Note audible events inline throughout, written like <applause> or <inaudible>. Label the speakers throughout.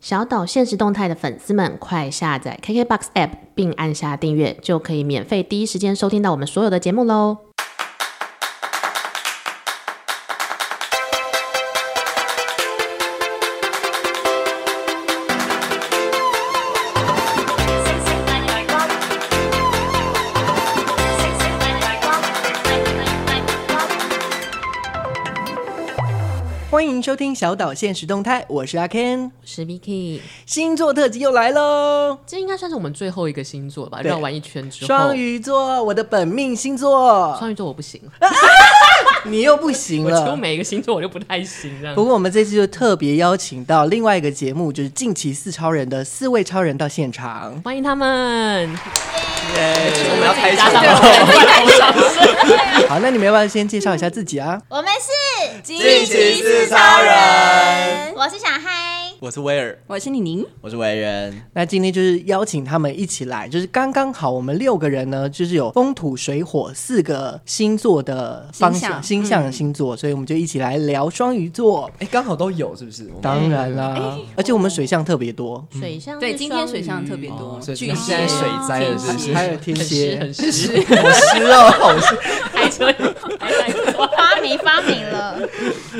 Speaker 1: 小岛现实动态的粉丝们，快下载 KKBOX App 并按下订阅，就可以免费第一时间收听到我们所有的节目喽。
Speaker 2: 星星發亮光，星星發亮光，發亮光。
Speaker 3: 欢迎收听小岛现实动态，我是阿 Ken，
Speaker 1: 我是 Vicky，
Speaker 3: 星座特辑又来喽！
Speaker 1: 这应该算是我们最后一个星座吧？
Speaker 3: 对
Speaker 1: 绕完一圈之后，
Speaker 3: 双，鱼座，我的本命星座，
Speaker 1: 双鱼座我不行，
Speaker 3: 你又不行
Speaker 1: 我几乎
Speaker 3: 了。
Speaker 1: 每一个星座我就不太行这样
Speaker 3: 不。过我们这次就特别邀请到另外一个节目，就是近期四超人的四位超人到现场。
Speaker 1: 欢迎他们，
Speaker 4: 我们要开
Speaker 1: 加上
Speaker 4: 场
Speaker 1: <laughs>
Speaker 4: 了。
Speaker 3: 好，那你们要不要先介绍一下自己啊？
Speaker 5: 我们是惊
Speaker 4: 奇四超人，
Speaker 5: 我是小嗨，
Speaker 4: 我是威尔，
Speaker 6: 我是李宁，
Speaker 4: 我是维人，
Speaker 3: 那今天就是邀请他们一起来，就是刚刚好，我们六个人呢，就是有风土水火四个星座的方向、
Speaker 6: 星嗯
Speaker 3: 星象的星座，所以我们就一起来聊双鱼座。
Speaker 4: 哎，刚好都有是不是？
Speaker 6: 嗯
Speaker 4: 我们
Speaker 3: 当然啦，而且我们水象特别多，
Speaker 1: 水象
Speaker 6: 对，今天水
Speaker 1: 象
Speaker 6: 象特别多
Speaker 4: 哦，所以
Speaker 6: 巨
Speaker 4: 现
Speaker 6: 蟹
Speaker 4: 在水灾了是不是？
Speaker 3: 还有天
Speaker 1: 很湿，
Speaker 3: 蝎
Speaker 1: 很，湿，
Speaker 4: 好湿哦，好湿。
Speaker 1: 开车开太多。
Speaker 5: 发霉发霉了，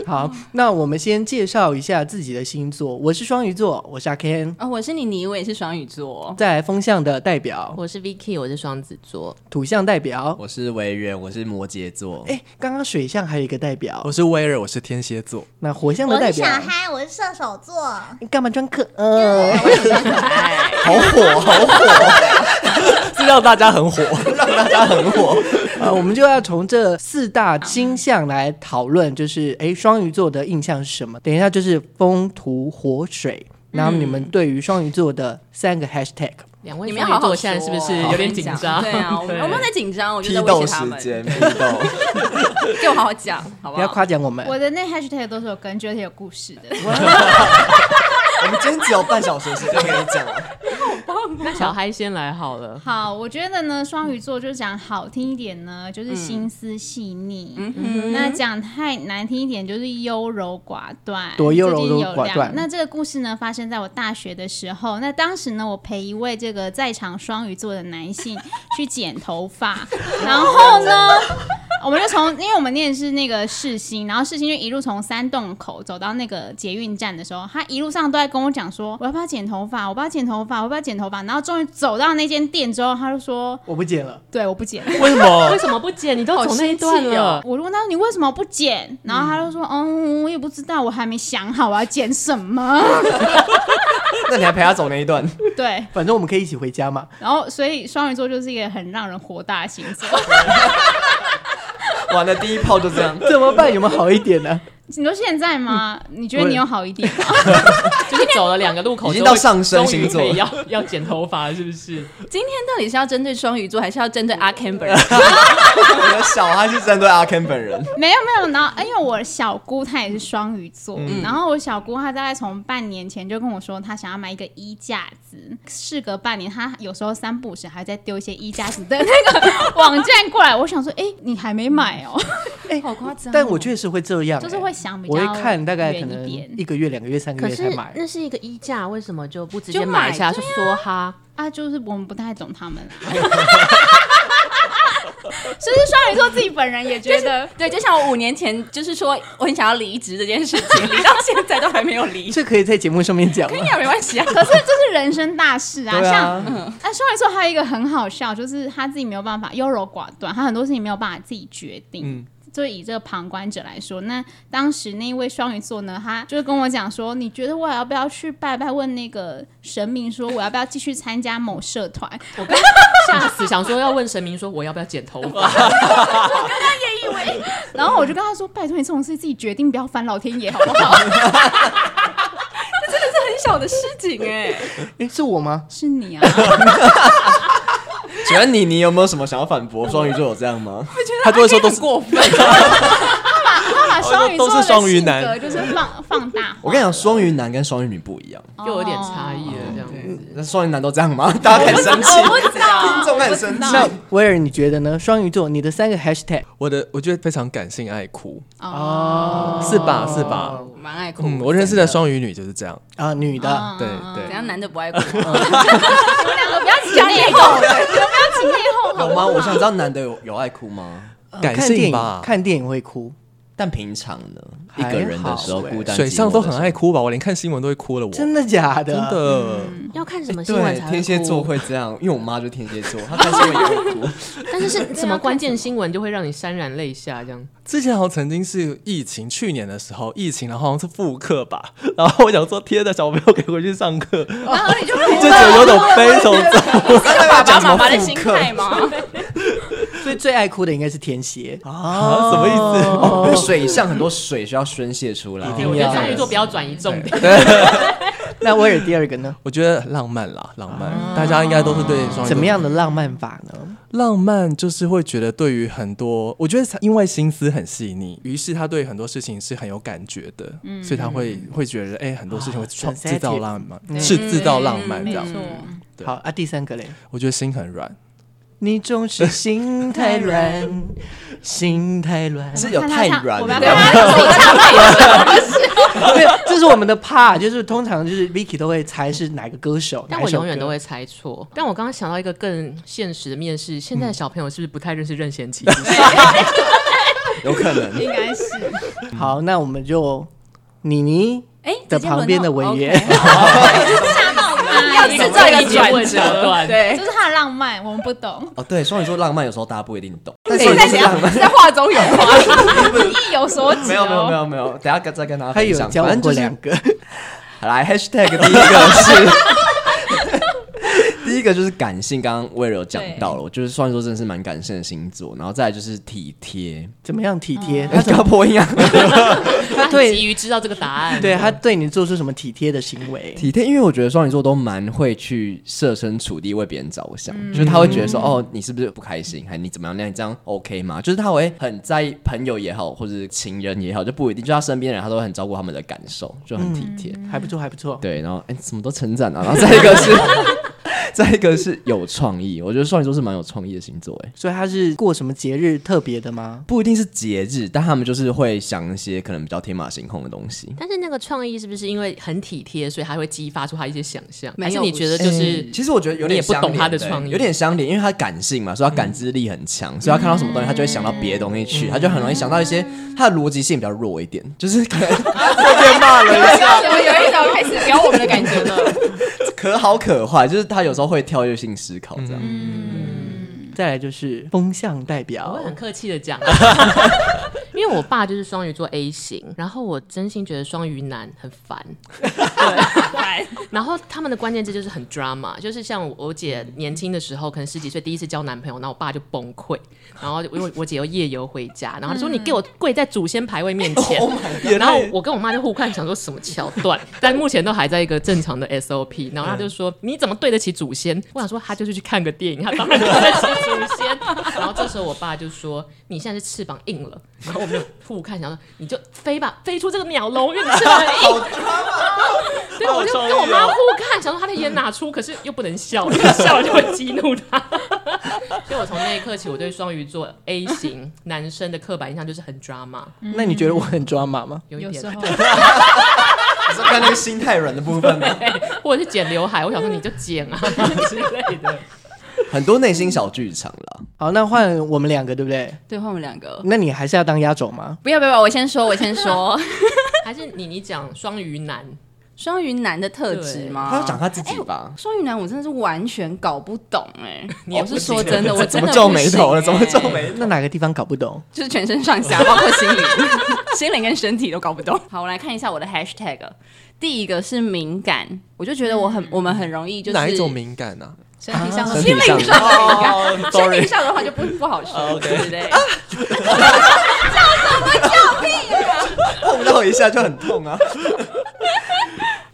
Speaker 3: 好，那我们先介绍一下自己的星座。我是双鱼座，我是阿 Ken。
Speaker 6: 啊、我是李宁，我也是双鱼座，
Speaker 3: 再来风象的代表，
Speaker 1: 我是 Vicky，我是双子座，
Speaker 3: 土象代表。
Speaker 4: 我是维人，我是摩羯座。
Speaker 3: 哎，刚刚水象还有一个代表，
Speaker 4: 是威尔，我是天蝎座。
Speaker 3: 那火象的
Speaker 5: 我
Speaker 3: 代
Speaker 5: 是小
Speaker 3: 表，
Speaker 5: 嗨，我是射手座，
Speaker 3: 你干嘛装可爱？ <laughs>
Speaker 4: 好火，好火，这让大家很 <laughs> 火，让大家很火。
Speaker 3: 啊，我们就要从这四大星象来讨论，就是哎，诶双鱼座的印象是什么？等一下就是风、土、火、水。然后你
Speaker 5: 嗯
Speaker 3: 们对于双鱼座的三个 hashtag，
Speaker 1: 两位
Speaker 6: 你们要
Speaker 1: 双鱼
Speaker 6: 好好
Speaker 1: 座现在是不是
Speaker 6: 说哦
Speaker 1: 有点紧
Speaker 6: 我
Speaker 1: 张？
Speaker 6: 跟你讲对啊，我们我们在紧张，我就
Speaker 4: <laughs> 批
Speaker 6: 在威
Speaker 4: 斗
Speaker 6: 胁
Speaker 4: 时
Speaker 6: 他们，
Speaker 4: 间，批斗。
Speaker 6: 给我好好讲，好不
Speaker 3: 不要
Speaker 6: 好？
Speaker 3: 夸奖我们。
Speaker 7: 我的那 hashtag 都是有跟觉得挺有故事的，
Speaker 4: <laughs> 我们今天只有半小时时间可以讲了。
Speaker 1: 那小嗨先来好了。
Speaker 7: 好，我觉得呢，双鱼座就讲好听一点呢，就是心思细腻；
Speaker 3: 嗯
Speaker 7: 嗯那讲太难听一点，就是优柔寡断。
Speaker 3: 多优柔
Speaker 7: 最近有
Speaker 3: 寡断
Speaker 7: 两那这个故事呢，发生在我大学的时候。那当时呢，我陪一位这个在场双鱼座的男性去剪头发，
Speaker 3: <laughs>
Speaker 7: 然后呢。我们就从，因为我们念的是那个世新，然后世新就一路从三洞口走到那个捷运站的时候，他一路上都在跟我讲说，我要不要剪头发，我要不要剪头发，我要不要剪头发，然后终于走到那间店之后，他就说，
Speaker 3: 我不剪了，
Speaker 7: 对，我不剪。
Speaker 4: <laughs> 为什么
Speaker 1: 为？什么不剪？你都
Speaker 6: 好
Speaker 1: 走那一
Speaker 6: 生
Speaker 1: 段
Speaker 6: 气
Speaker 1: 了
Speaker 6: 哦，
Speaker 7: 我就问他说你为什么不剪，然后他就说，嗯，我也不知道，我还没想好我要剪什么。
Speaker 4: 那你还陪他走那一段？
Speaker 7: 对，
Speaker 3: <laughs> 反正我们可以一起回家嘛。
Speaker 7: 然后所以双鱼座就是一个很让人火大的星座。
Speaker 4: 完了，第一炮就这样。
Speaker 3: 怎么办？有没有好一点呢？
Speaker 7: 你说现在吗？你觉得你有好一点吗？
Speaker 1: 就是走了两个路口，
Speaker 4: <laughs> 已经到上升星座
Speaker 1: 终于可以要要剪头发了是不是？
Speaker 6: 今天到底是要针对双鱼座，还是要针对阿 Ken <laughs> 本人？
Speaker 4: <laughs> 我的小孩是针对阿 Ken 本人，
Speaker 7: 没有没有，然后呃因为我小姑她也是双鱼座，
Speaker 3: 嗯
Speaker 7: 然后我小姑她大概从半年前就跟我说，她想要买一个衣架子。事隔半年，她有时候三不五时还在丢一些衣架子的那个网站过来。我想说，哎、你还没买
Speaker 3: <laughs>
Speaker 7: 哦，
Speaker 6: 好夸张
Speaker 3: 哎但我确实会这样欸，
Speaker 7: 就是会想比较
Speaker 3: 我会看大概可
Speaker 7: 远
Speaker 3: 能
Speaker 7: 一点
Speaker 3: 一个月、两个月、三个
Speaker 1: 可
Speaker 3: 月
Speaker 1: 是
Speaker 3: 才买。
Speaker 1: 那是一个衣架，为什么就不直接
Speaker 6: 就买
Speaker 1: 买下？就说 <laughs> 哈，
Speaker 7: 啊，就是我们不太懂他们啦。 <laughs> 就是双鱼座自己本人也觉得，
Speaker 6: 对，就像我五年前就是说我很想要离职这件事情，离到现在都还没有 <laughs> 离。
Speaker 3: <laughs> 这可以在节目上面讲吗
Speaker 6: 跟？你讲没关系啊，
Speaker 7: 可是这是人生大事啊，
Speaker 3: 对
Speaker 7: 像
Speaker 3: 啊，
Speaker 1: 嗯
Speaker 7: 哎，双鱼座还有一个很好笑，就是他自己没有办法优柔寡断，他很多事情没有办法自己决定。
Speaker 4: 嗯
Speaker 7: 就以这个旁观者来说，那当时那一位双鱼座呢，他就跟我讲说：“你觉得我要不要去拜拜？问那个神明说我要不要继续参加某社团？”
Speaker 1: 我刚吓死，想说要问神明说我要不要剪头发，
Speaker 7: 然后我就跟他说：“拜托你这种事自己决定，不要烦老天爷好不好 <laughs>
Speaker 6: 很小的事情 <laughs> 哎、
Speaker 3: 哎，是我吗？”？
Speaker 7: 是你啊，
Speaker 4: <laughs> 请问你，你有没有什么想要反驳？双鱼座有这样吗？
Speaker 6: 他就会说都是过分，
Speaker 7: 他把双鱼座
Speaker 4: 哦都
Speaker 7: 的
Speaker 4: 是双鱼
Speaker 7: 性
Speaker 4: 男
Speaker 7: 格就是
Speaker 4: <laughs>
Speaker 7: 放放大化，
Speaker 4: 我跟你讲，双鱼男跟双鱼女不一样。
Speaker 1: 哦又有点差异了
Speaker 8: 哦
Speaker 1: 这样子。哦
Speaker 4: 那双鱼男都这样
Speaker 8: <laughs>
Speaker 4: 吗？大家很生气，
Speaker 6: 哦我不知道
Speaker 4: 听。众很生
Speaker 1: 嗯
Speaker 4: 气。
Speaker 3: 那威尔，你觉得呢？双鱼座，你的三个 hashtag
Speaker 8: 我的我觉得非常感性爱哭，
Speaker 7: 哦。
Speaker 8: 是吧？是吧？
Speaker 6: 蛮爱
Speaker 8: 哦
Speaker 6: 哭。
Speaker 4: 嗯，我认识的双鱼女就是这样。
Speaker 3: 啊，女的，
Speaker 4: 对
Speaker 1: 哦
Speaker 6: 怎
Speaker 4: 对，
Speaker 6: 样男的不爱哭？
Speaker 7: 我们两个不要挤内讧，你们不要挤内讧，
Speaker 8: 有
Speaker 7: 好不好
Speaker 8: 吗？我想知道男的有有爱哭吗？
Speaker 3: 呃
Speaker 4: 感
Speaker 3: 看
Speaker 4: 性
Speaker 3: 电影
Speaker 4: 吧
Speaker 3: 看电影会哭，
Speaker 8: 但平常呢，一
Speaker 3: 还
Speaker 8: 个人的
Speaker 3: 好
Speaker 8: 时候
Speaker 3: 欸
Speaker 8: 孤单，
Speaker 4: 水上
Speaker 8: 寂寞
Speaker 4: 都
Speaker 8: 的
Speaker 4: 很
Speaker 8: 时
Speaker 4: 爱哭吧？我连看新闻都会哭了，我
Speaker 3: 真的啊假的？
Speaker 4: 真的。
Speaker 1: 要看什么
Speaker 8: 候。
Speaker 1: 新闻才
Speaker 8: 哎对，
Speaker 1: 会
Speaker 8: 天蝎
Speaker 1: 哭
Speaker 8: 座，会这样，因为我妈就天蝎座，她看新闻也会
Speaker 4: <laughs>
Speaker 8: 哭。
Speaker 1: 但是是啊什么关键新闻就会让你潸然泪下这样？
Speaker 4: 之前好像曾经是疫情，去年的时候疫情，然后好像是复课吧， <laughs> 然后我想说，天呐，小朋友可以回去上课，
Speaker 6: 然
Speaker 3: 啊
Speaker 6: 后你就
Speaker 4: 这 <laughs> 就有种悲从中。
Speaker 6: <laughs> 爸爸妈妈的心态 <laughs> 嘛。
Speaker 3: 所以最爱哭的应该是天蝎哦
Speaker 4: 啊，什么意思？
Speaker 1: 哦
Speaker 8: 因为水上很多水需要宣泄出来，
Speaker 1: 我觉得双鱼座不要转移重点。
Speaker 3: 那威尔第二个呢？
Speaker 4: 我觉得浪漫啦，浪漫，
Speaker 3: 啊
Speaker 4: 大家应该都是对双鱼座
Speaker 3: 怎么样的浪漫法呢？
Speaker 4: 浪漫就是会觉得对于很多，我觉得因为心思很细腻，于是他对很多事情是很有感觉的，所以他会会觉得，哎、很多事情会创
Speaker 3: 嗯啊很 sensitive 嗯
Speaker 4: 制造浪漫，是制造浪漫这样。对
Speaker 3: 好啊，第三个嘞，
Speaker 4: 我觉得心很软，
Speaker 3: 你总是心太软， <laughs> 心太软。
Speaker 8: 是有
Speaker 7: 看他
Speaker 8: 太
Speaker 7: 唱
Speaker 8: 软
Speaker 7: 我们
Speaker 8: 了
Speaker 7: 要看
Speaker 6: <laughs>
Speaker 7: 他自己唱配
Speaker 3: 没 <laughs> 有，这是我们的 part，就是通常就是 Vicky 都会猜是哪个歌手，
Speaker 1: 但
Speaker 3: 哪
Speaker 1: 我
Speaker 3: 一首
Speaker 1: 永远
Speaker 3: 歌
Speaker 1: 都会猜错。但我刚刚想到一个更现实的面试，
Speaker 8: 嗯
Speaker 1: 现在的小朋友是不是不太认识任贤 <laughs> 齐？
Speaker 8: 有可能。
Speaker 7: 应该是。
Speaker 3: 好，那我们就妮妮
Speaker 6: 哎，
Speaker 3: 的旁边的文员，
Speaker 7: 吓到
Speaker 6: <laughs> 要
Speaker 7: 他，
Speaker 6: 制造一个转
Speaker 1: 问
Speaker 6: 折
Speaker 1: 折断
Speaker 6: 对
Speaker 8: 哎
Speaker 7: 这，是他的浪漫，我们
Speaker 8: <laughs>
Speaker 7: 不懂。
Speaker 8: 哦，对，双鱼座浪漫有时候大家不一定懂，但
Speaker 6: 但
Speaker 8: 双鱼座
Speaker 6: 啊
Speaker 8: 是
Speaker 6: 怎
Speaker 8: 浪
Speaker 6: 样
Speaker 8: 漫。
Speaker 6: 在话中
Speaker 8: <laughs>
Speaker 6: 有话，意有所指哦。
Speaker 8: 没有没有没有没有，等一下跟再跟大家
Speaker 3: 他
Speaker 8: 分
Speaker 3: 有
Speaker 8: 享。
Speaker 3: 交
Speaker 8: 反
Speaker 3: 往
Speaker 8: 正
Speaker 3: 过
Speaker 8: 就是
Speaker 3: 两个，
Speaker 8: 来 hashtag 第一个是， <laughs> 第一个就是感性，刚刚威尔有讲到了，我就是双鱼座真的是蛮感性的星座，然后再来就是体
Speaker 3: <laughs>
Speaker 8: 贴，
Speaker 3: <laughs> 怎么样体
Speaker 6: 嗯
Speaker 3: 贴？
Speaker 8: 他要破音啊，
Speaker 1: 他很急于知道这个答案。
Speaker 3: 对他对你做出什么体贴的行为？
Speaker 8: <laughs> 体贴，因为我觉得双鱼座都蛮会去设身处地为别人着想，就是他会觉得说，哦，你是不是不开心，还你怎么样？那你这样 OK 吗？就是他会很在意朋友也好，或者是情人也好，就不一定，就他身边的人，他都会很照顾他们的感受，就很体贴。
Speaker 6: 嗯
Speaker 3: 还不错，还不错。
Speaker 8: 对，然后哎，什么都称赞啊，然后再一个是， <laughs> 再一个是有创意。我觉得双鱼座是蛮有创意的星座，哎，
Speaker 3: 所以他是过什么节日特别的吗？
Speaker 8: 不一定是节日，但他们就是会想一些可能比较天马行空的东西。
Speaker 1: 但是那个创意是不是因为很体贴，所以还会激发出他一些想象？
Speaker 6: 没
Speaker 1: 还是
Speaker 6: 有
Speaker 1: 你觉得就是
Speaker 8: 哎其实我觉得有
Speaker 1: 你
Speaker 8: 点
Speaker 1: 也不
Speaker 8: 相
Speaker 1: 懂他
Speaker 8: 连
Speaker 1: 的
Speaker 8: 欸
Speaker 1: 创意嗯
Speaker 8: 有点相连，因为他感性嘛，所以他感知力很强，所以他看到什么东西，他就会想到别的东西去，他就很容易想到一些他的逻辑性比较弱一点，就是可能被骂了一
Speaker 6: <laughs>
Speaker 8: 下，
Speaker 6: 怎么有一种开始聊我们的感觉了？
Speaker 8: 可好可坏，就是他有时候会跳跃性思考这样。
Speaker 1: 嗯
Speaker 3: 再来就是风向代
Speaker 1: 我
Speaker 3: 表
Speaker 1: 会，很客气的讲，哦啊 <laughs> 因为我爸就是双鱼座 A 型，然后我真心觉得双鱼男很烦，对，然后他们的关键字就是很 drama，就是像我姐年轻的时候，可能十几岁第一次交男朋友，然后我爸就崩溃，然后因为我姐又夜游回家，然后她说你给我跪在祖先牌位面前，然后我跟我妈就互看，想说什么桥段，但目前都还在一个正常的 SOP，然后她就说你怎么对得起祖先？我想说她就是去看个电影，她当然对得起祖先。然后这时候我爸就说你现在是翅膀硬了，然后我们就互看，想说你就飞吧，飞出这个鸟笼，因为你翅膀很硬。对，我就跟我妈互看，想说她的眼哪出，可是又不能笑， <laughs> 因为笑了就会激怒 <laughs> 她。所以我从那一刻起，我对双鱼座 A 型男生的刻板印象就是很 drama，
Speaker 6: 嗯
Speaker 3: 那你觉得我很抓马吗？
Speaker 1: 有一点，啊
Speaker 8: 你说看那个心太软的部
Speaker 1: <laughs>
Speaker 8: 分吗？
Speaker 1: 或者是剪刘海，我想说你就剪啊 <laughs> 之类的。
Speaker 8: 很多内心小剧场啦。
Speaker 3: 好，那换我们两个，对不对？
Speaker 6: <laughs> 对，换我们两个。
Speaker 3: 那你还是要当压轴吗？
Speaker 6: 不要不要，不要我先说，我先说，
Speaker 1: 还是你你讲双鱼男，
Speaker 6: 双鱼男的特质吗？
Speaker 8: 他要讲他自己吧，
Speaker 6: 双鱼男，我真的是完全搞不懂哎、
Speaker 1: <laughs> 你也
Speaker 6: 我
Speaker 1: 不
Speaker 6: 是说真的，我
Speaker 8: 怎
Speaker 6: 真
Speaker 8: 么
Speaker 6: 的
Speaker 8: 皱
Speaker 6: 不
Speaker 8: 眉
Speaker 6: 行
Speaker 8: 头了？
Speaker 6: 欸
Speaker 8: 怎么皱？眉？
Speaker 3: 那哪个地方搞不懂？
Speaker 6: 就是全身上下，包括心
Speaker 1: <laughs>
Speaker 6: 灵、心灵跟身体都搞不懂。好，我来看一下我的 hashtag。第一个是敏感，我就觉得我很，
Speaker 1: 嗯
Speaker 6: 我们很容易就是
Speaker 4: 哪一种敏感啊？
Speaker 6: 身体上
Speaker 8: 身
Speaker 6: 的
Speaker 8: 体
Speaker 6: 心灵上
Speaker 8: 上
Speaker 6: 的
Speaker 8: 的
Speaker 6: 敏
Speaker 1: 哎
Speaker 6: 感，心灵上的话就不 <laughs> 不好说，对不对？
Speaker 8: 啊碰到一下就很痛啊！
Speaker 6: <laughs>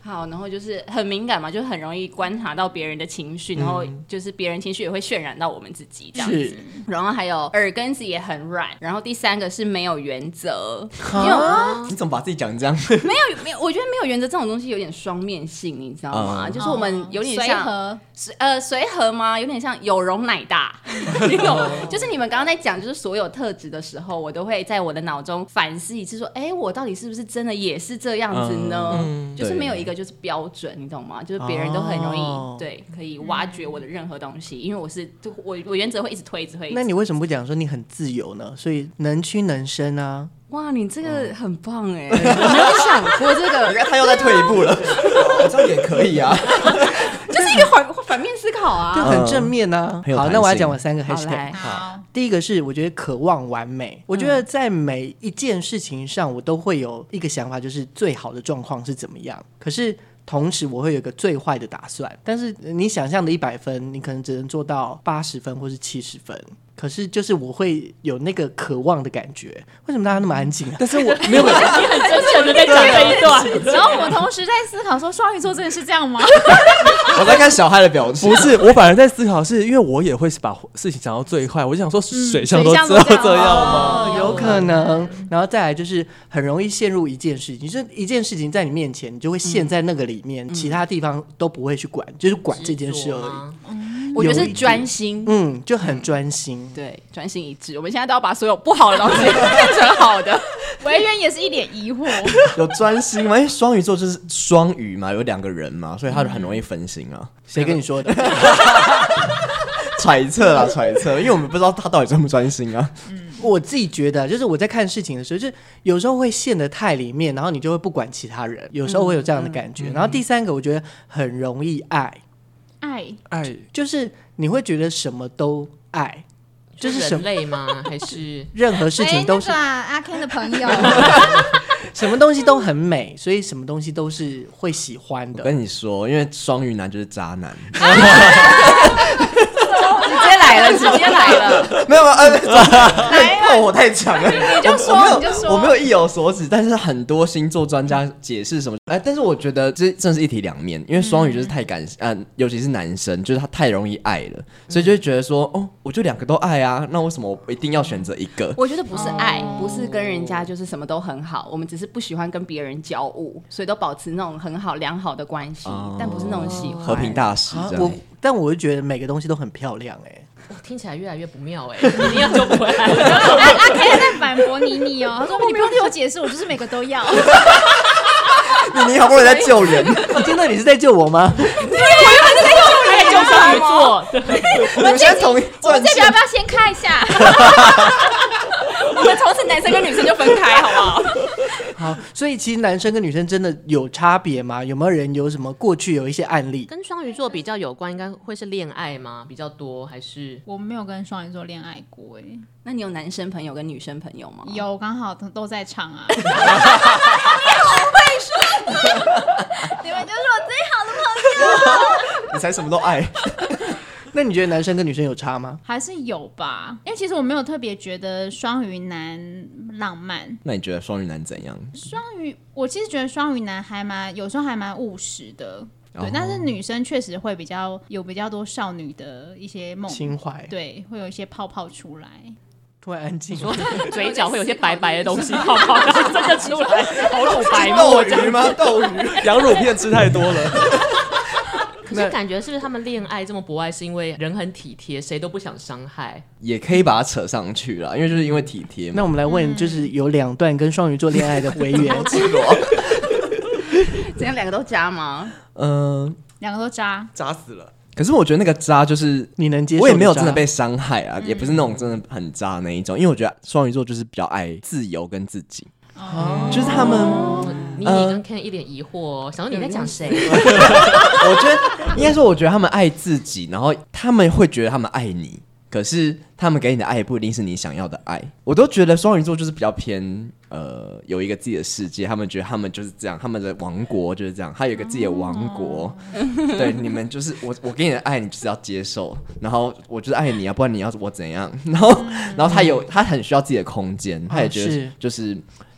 Speaker 6: 好，然后就是很敏感嘛，就是很容易观察到别人的情绪，然后就是别人情绪也会渲染到我们自己这样子
Speaker 3: 是。
Speaker 6: 然后还有耳根子也很软，然后第三个是没有原则，因为我
Speaker 3: 啊，
Speaker 8: 你怎么把自己讲这样？
Speaker 6: 没有没有，我觉得没有原则这种东西有点双面性，你知道吗？
Speaker 8: 嗯
Speaker 6: 就是我们有点
Speaker 7: 随
Speaker 6: 像
Speaker 7: 和，
Speaker 6: 随呃随和吗？有点像有容
Speaker 3: <laughs>
Speaker 6: 乃大，有就是你们刚刚在讲就是所有特质的时候，我都会在我的脑中反思一次，说，哎、我到底是不是真的也是这样子呢？
Speaker 4: 嗯
Speaker 6: 就是
Speaker 8: 对
Speaker 6: 没有一个就是标准，你懂吗？就是别人都很容易、
Speaker 3: 哦
Speaker 6: 对可以挖掘我的任何东西，因为我是就我我原则会一直推，一直推。一直
Speaker 3: 那你为什么不讲说你很自由呢？所以能屈能伸啊。
Speaker 6: 哇，你这个很棒
Speaker 3: 嗯
Speaker 6: 哎、我没有想过
Speaker 3: <laughs>
Speaker 6: 这个，
Speaker 8: <laughs> 他又再退一步了，我这样也可以 <laughs> 啊。
Speaker 6: 就是一个反反面思考
Speaker 3: 就
Speaker 6: 啊。
Speaker 3: 很正面呢、
Speaker 8: 很有
Speaker 3: 好，
Speaker 8: 弹
Speaker 3: 那我要
Speaker 8: 性
Speaker 3: 讲我三个
Speaker 6: 好来嗯
Speaker 3: hashtag。
Speaker 7: 好，
Speaker 3: 第一个是我觉得渴望完美，我觉得在每一件事情上，我都会有一个想法，就是最好的状况是怎么样。可是同时，我会有一个最坏的打算。但是呃你想象的一百分，你可能只能做到八十分或是七十分。可是就是我会有那个渴望的感觉。为什么大家那么安静、啊？但是我没有
Speaker 1: 你很真诚的在讲
Speaker 3: 啊
Speaker 1: 这一段，
Speaker 7: 然后我们同时在思考说，双鱼座真的是
Speaker 8: <laughs>
Speaker 7: 这样吗？
Speaker 8: 我在看小嗨的表情，
Speaker 4: 不是，我反而在思考是，因为我也会把事情想到最坏。我就想说，水象都
Speaker 7: 水象
Speaker 4: 只
Speaker 7: 都
Speaker 4: 有
Speaker 7: 这样
Speaker 4: 这样啊吗？
Speaker 3: 哦，有可能。然后再来就是很容易陷入一件事情，就是一件事情在你面前，你就会陷在那个里面，其他地方都不会去管，就是管这件事而已。
Speaker 1: 已。
Speaker 6: 我觉得
Speaker 3: 有一
Speaker 6: 是
Speaker 3: 点
Speaker 6: 专心，
Speaker 3: 嗯，就很专心。
Speaker 6: 对，专心一致。我们现在都要把所有不好的东西 <laughs> 变成好的。
Speaker 7: 维渊也是一脸疑惑，
Speaker 8: 有专心吗？因为双鱼座就是双鱼嘛，有两个人嘛，所以他很容易分心啊。
Speaker 3: 谁跟你说的？ <laughs>
Speaker 8: 揣测啦，揣测，因为我们不知道他到底专不专心 <laughs> 啊。
Speaker 3: 我自己觉得，就是我在看事情的时候，就是有时候会陷得太里面，然后你就会不管其他人，有时候会有这样的感觉。然后第三个，我觉得很容易爱，
Speaker 7: 爱
Speaker 4: 哎，
Speaker 3: 就是你会觉得什么都爱，就是什
Speaker 1: 人
Speaker 3: 么
Speaker 1: 类 <laughs> 吗？还是
Speaker 3: 任何事情都是
Speaker 5: 哎那个啊阿 Ken 的朋友，
Speaker 7: 哎
Speaker 3: 什么东西都很美，所以什么东西都是会喜欢
Speaker 8: 我
Speaker 3: 的。
Speaker 8: 跟你说，因为双鱼男就是渣男，
Speaker 6: 直接来 <laughs> 了，直接来了。
Speaker 8: 没有，呃，太我太强了，你
Speaker 7: 就说
Speaker 8: 我没有
Speaker 7: 啊你就说
Speaker 8: 我没有意有所指，但是很多星座专家解释什么，哎，但是我觉得这真是一体两面，因为双鱼就是太感，嗯、尤其是男生，就是他太容易爱了，所以就会觉得说，哦，我就两个都爱啊，那为什么我一定要选择一个？
Speaker 6: 我觉得不是爱，
Speaker 7: 哦
Speaker 6: 不是跟人家就是什么都很好，我们只是不喜欢跟别人交恶，所以都保持那种很好良好的关系，
Speaker 8: 哦
Speaker 6: 但不是那种喜欢
Speaker 8: 和平。大使
Speaker 3: 啊
Speaker 8: 这样
Speaker 3: 我。但我就觉得每个东西都很漂亮哎、
Speaker 1: 哇听起来越来越不妙哎？ <laughs> 你要就不会爱了。
Speaker 7: 阿阿 Ken 在反驳妮妮哦，他说你不用听我解释，我就是每个都要。
Speaker 8: <laughs> 你你好不容易在救人，
Speaker 3: <laughs> 真的，你是在救我吗？
Speaker 1: 爱就双鱼座，
Speaker 8: <laughs> 你们现在同一
Speaker 7: 我们
Speaker 8: 战
Speaker 7: 这边要
Speaker 8: 线
Speaker 7: 不要先看
Speaker 6: <laughs>
Speaker 7: 一下？
Speaker 6: 我们从此男生跟女生就分开，好不好？
Speaker 3: 好，所以其实男生跟女生真的有差别吗？有没有人有什么过去有一些案例？
Speaker 1: 跟双鱼座比较有关，应该会是恋爱吗？比较多还是？
Speaker 7: 我没有跟双鱼座恋爱过哎，
Speaker 6: <laughs> 那你有男生朋友跟女生朋友吗？
Speaker 7: 有刚好都都在场啊。 <laughs>
Speaker 5: 你们就是我最好的朋友。
Speaker 8: 你才什么都爱。
Speaker 3: 那你觉得男生跟女生有差吗？
Speaker 7: 还是有吧，因为其实我没有特别觉得双鱼男浪漫。
Speaker 8: 那你觉得双鱼男怎样？
Speaker 7: 双鱼，我其实觉得双鱼男还蛮有时候还蛮务实的，对。
Speaker 8: 哦
Speaker 7: 但是女生确实会比较有比较多少女的一些梦，
Speaker 3: 心怀
Speaker 7: 嗯对，会有一些泡泡出来。
Speaker 3: 突然安静，
Speaker 1: 嘴角会有些白白的东西泡泡，然后 <laughs> 真的出来，好土 <laughs> 白沫
Speaker 8: 斗
Speaker 1: 这样。
Speaker 8: 鱼吗？ <laughs> 斗鱼。
Speaker 4: 羊肉片吃太多了，
Speaker 1: 可是感觉是不是他们恋爱这么博爱，是因为人很体贴，谁都不想伤害？
Speaker 8: 也可以把它扯上去啦，因为就是因为体
Speaker 3: <laughs>
Speaker 8: 贴
Speaker 3: 那
Speaker 8: 嘛。
Speaker 3: 我们来问，就是有两段跟双鱼座恋爱的回员，
Speaker 8: 嗯
Speaker 4: 哦
Speaker 6: 怎样两个都加吗？
Speaker 8: 嗯、
Speaker 7: 两个都渣，，
Speaker 4: 扎死了。
Speaker 8: 可是我觉得那个渣就是。
Speaker 3: <laughs> 你能接受？
Speaker 8: 我也没有真的被，伤害啊，也不是那种真的很渣的那一种，因为我觉得双鱼座就是比较爱自由跟自己，就是他们，
Speaker 1: 妮妮跟 Ken 一脸疑惑、哦，想说你在讲谁？
Speaker 8: <laughs> 我觉得应该说，我觉得他们爱自己，然后他们会觉得他们爱你，可是他们给你的爱不一定是你想要的爱。我都觉得双鱼座就是比较偏呃，有一个自己的世界，他们觉得他们就是这样，他们的王国就是这样，他有一个自己的王国。对，你们就是我，我给你的爱，你就是要接受，然后我就是爱你啊，不然你要我怎样？然后，然后他有他很需要自己的空间，他也觉
Speaker 3: 是
Speaker 8: 得就是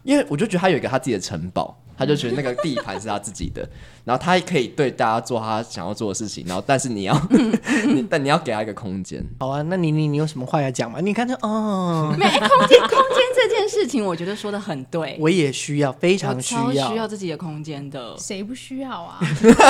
Speaker 8: 因为我就觉得他有一个他自己的城堡，他就觉得那个地盘是他自己的，然后他可以对大家做他想要做的事情，然后但是你
Speaker 4: <laughs>
Speaker 8: 要，你但你要给他一个空间。
Speaker 3: 好啊，那你你你有什么话要讲吗？你看这，哦，
Speaker 6: <laughs> 没、哎空间，空间这件事情，我觉得说的很对。
Speaker 3: 我也需要，非
Speaker 6: 我
Speaker 3: 常需
Speaker 6: 超需
Speaker 3: 要。
Speaker 6: 要自己的空间的
Speaker 3: 哦
Speaker 7: 谁不需要
Speaker 3: <laughs>
Speaker 7: 啊？
Speaker 6: <laughs>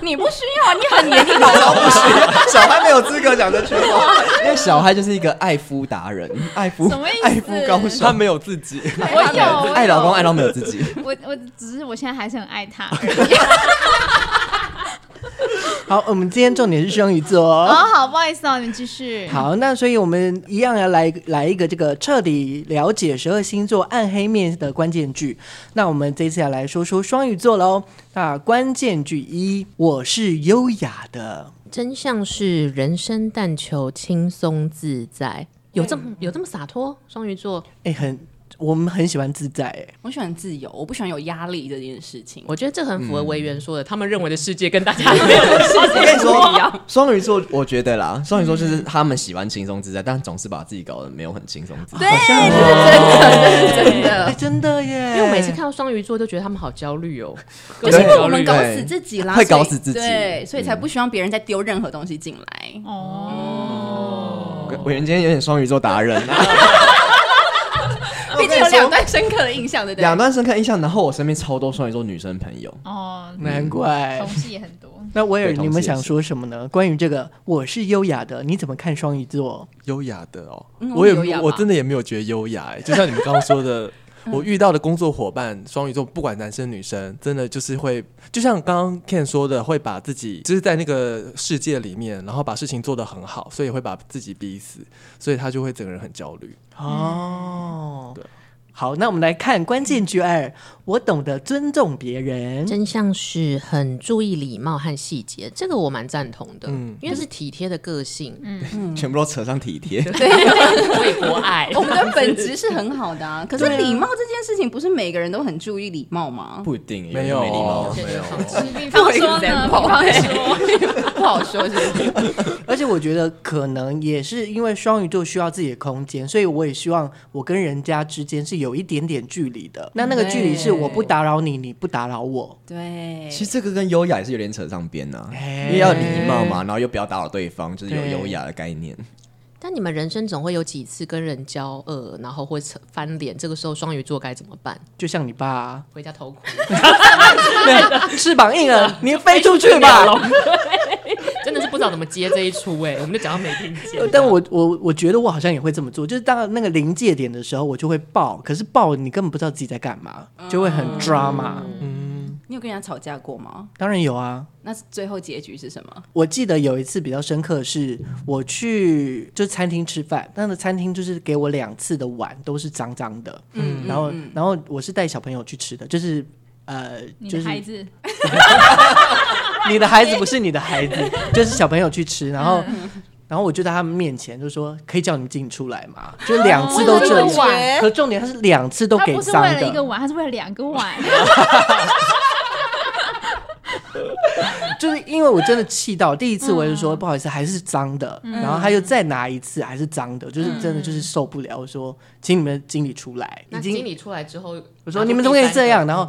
Speaker 6: 你不需要，你很年轻，
Speaker 8: 小不需要，小孩没有资格讲这句话，
Speaker 4: <laughs>
Speaker 8: 因为小孩就是一个爱夫达人，爱夫
Speaker 7: 什么意思
Speaker 8: 爱夫高手，
Speaker 4: 他没有自己，
Speaker 7: 我有，我
Speaker 8: 爱老公
Speaker 7: 有
Speaker 8: 爱到没有自
Speaker 7: <laughs>
Speaker 8: 己。
Speaker 7: 我我只是我现在还是很
Speaker 3: <laughs>
Speaker 7: 爱他而已。
Speaker 3: 好，我们今天重点是双鱼座
Speaker 7: 哦，
Speaker 3: 哦。
Speaker 7: 好，不好意思哦，你们继续。
Speaker 3: 好，那所以我们一样要来来一个这个彻底了解十二星座暗黑面的关键句。那我们这一次要来说说双鱼座喽。那关键句一，我是优雅的。
Speaker 1: <laughs> 真相是人生但求轻松自在，有这么有这么洒脱？双鱼座，
Speaker 3: 哎、很，我们很喜欢自在、哎，
Speaker 6: <laughs> 我喜欢自由，我不喜欢有压力这件事情。
Speaker 1: 我觉得这很符合维园说的，他们认为的世界跟大家没 <laughs> 有的世
Speaker 8: 我
Speaker 1: 界
Speaker 8: 跟你说，双鱼座，我觉得啦，双鱼座就是他们喜欢轻松自在，但总是把自己搞得没有很轻松自在。
Speaker 6: 对，这是真的，这是真
Speaker 3: 哎、
Speaker 6: 的。
Speaker 3: 真的耶！
Speaker 1: 因为我每次看到双鱼座，都觉得他们好焦虑哦，
Speaker 6: 就 <laughs>
Speaker 1: 各
Speaker 6: 是
Speaker 1: 种
Speaker 6: 因为我
Speaker 1: 焦
Speaker 6: 们
Speaker 1: 虑
Speaker 6: 搞
Speaker 1: 哦。
Speaker 6: 死自己啦，
Speaker 8: 会
Speaker 6: 所以
Speaker 8: 搞死自己
Speaker 6: 对，所以才不希望别人再丢任何东西进来。
Speaker 7: 哦，
Speaker 8: 我人今天有点双鱼座达人啊，
Speaker 7: <laughs>
Speaker 6: 毕竟有两段深刻的印象，对不
Speaker 8: 两
Speaker 6: 对？
Speaker 8: 段深刻印象。然后我身边超多双鱼座女生朋友，
Speaker 7: 哦，
Speaker 3: 难怪
Speaker 7: 同。事也很多。
Speaker 3: 那威尔，
Speaker 8: 对同
Speaker 3: 你们
Speaker 8: 事也
Speaker 3: 想
Speaker 8: 是
Speaker 3: 说什么呢？关于这个，我是优雅的，你怎么看双鱼座？
Speaker 4: 优雅的哦，
Speaker 6: 嗯
Speaker 4: 我
Speaker 6: 我们优
Speaker 4: 也
Speaker 6: 雅吧
Speaker 4: 我真的也没有觉得优雅、欸，就像你们刚刚说 <laughs> 的。我嗯遇到的工作伙伴，双鱼座不管男生女生，真的就是会，就像刚刚 Ken 说的，会把自己就是在那个世界里面，然后把事情做得很好，所以会把自己逼死，所以他就会整个人很焦虑。
Speaker 3: 哦，
Speaker 4: 对
Speaker 3: 好，那我们来看关键句二，我懂得尊重别人。
Speaker 1: 真相是很注意礼貌和细节，这个我蛮赞同的，
Speaker 4: 嗯
Speaker 1: 因为是体贴的个性，
Speaker 7: 嗯
Speaker 8: 全部都扯上体
Speaker 4: 嗯
Speaker 8: 贴。
Speaker 1: 嗯 <laughs> 我也博爱
Speaker 6: 我们的本质是很好的啊，可是礼貌这件事情，不是每个人都很注意礼貌吗？
Speaker 8: 不一定，
Speaker 4: 没有
Speaker 8: 人没礼貌
Speaker 4: 哦。
Speaker 1: 对对对
Speaker 7: 比方
Speaker 6: <laughs>
Speaker 7: 说呢，比方说，
Speaker 6: 不好说，是不是？
Speaker 3: 而且我觉得可能也是因为双鱼座需要自己的空间，所以我也希望我跟人家之间是有一点点距离的。那那个距离是我不打扰你，你不打扰我。
Speaker 6: 对，
Speaker 8: 其实这个跟优雅也是有点扯上边呐、
Speaker 3: 哎
Speaker 8: 因为要礼貌嘛，然后又不要打扰对方，就是有优雅的概念。
Speaker 1: 但你们人生总会有几次跟人交恶，然后会扯翻脸，这个时候双鱼座该怎么办？
Speaker 3: 就像你爸、啊，
Speaker 1: 回家偷哭，
Speaker 3: 翅膀硬了，你飞出去吧。
Speaker 1: <laughs> 真的是不知道怎么接这一出哎、我们就讲到没听见。
Speaker 3: 但我我我觉得我好像也会这么做，就是到那个临界点的时候，我就会爆。可是爆你根本不知道自己在干嘛，就会很 drama。
Speaker 6: 你有跟人家吵架过吗？
Speaker 3: 当然有啊，
Speaker 6: 那最后结局是什么？
Speaker 3: 我记得有一次比较深刻的是，我去就餐厅吃饭，那个餐厅就是给我两次的碗都是脏脏的，嗯，然后然后我是带小朋友去吃的，就是呃，
Speaker 7: 你
Speaker 3: 就
Speaker 7: 的
Speaker 3: 是呃
Speaker 7: 孩子
Speaker 3: 你的孩子不是你的孩子，就是小朋友去吃，然后然后我就在他们面前就说可以叫你们进出来嘛，就是两次都这
Speaker 7: 为了一个
Speaker 3: 样，
Speaker 7: 碗
Speaker 3: 可重点他是两次都
Speaker 7: 他
Speaker 3: 给
Speaker 7: 不是
Speaker 3: 脏
Speaker 7: 为了一个
Speaker 3: 的，
Speaker 7: 碗，他是为了两
Speaker 3: <laughs>
Speaker 7: 个碗。
Speaker 3: 就是因为我真的气到第一次我就
Speaker 7: 嗯
Speaker 3: 说不好意思还是脏的，然后他又再拿一次还是脏的，就是真的
Speaker 7: 嗯
Speaker 3: 就是受不了，我说请你们经理出来，已
Speaker 1: 那
Speaker 3: 经
Speaker 1: 经理出来之后，
Speaker 3: 我说你们怎么可以这样？然
Speaker 7: <laughs>
Speaker 3: 后，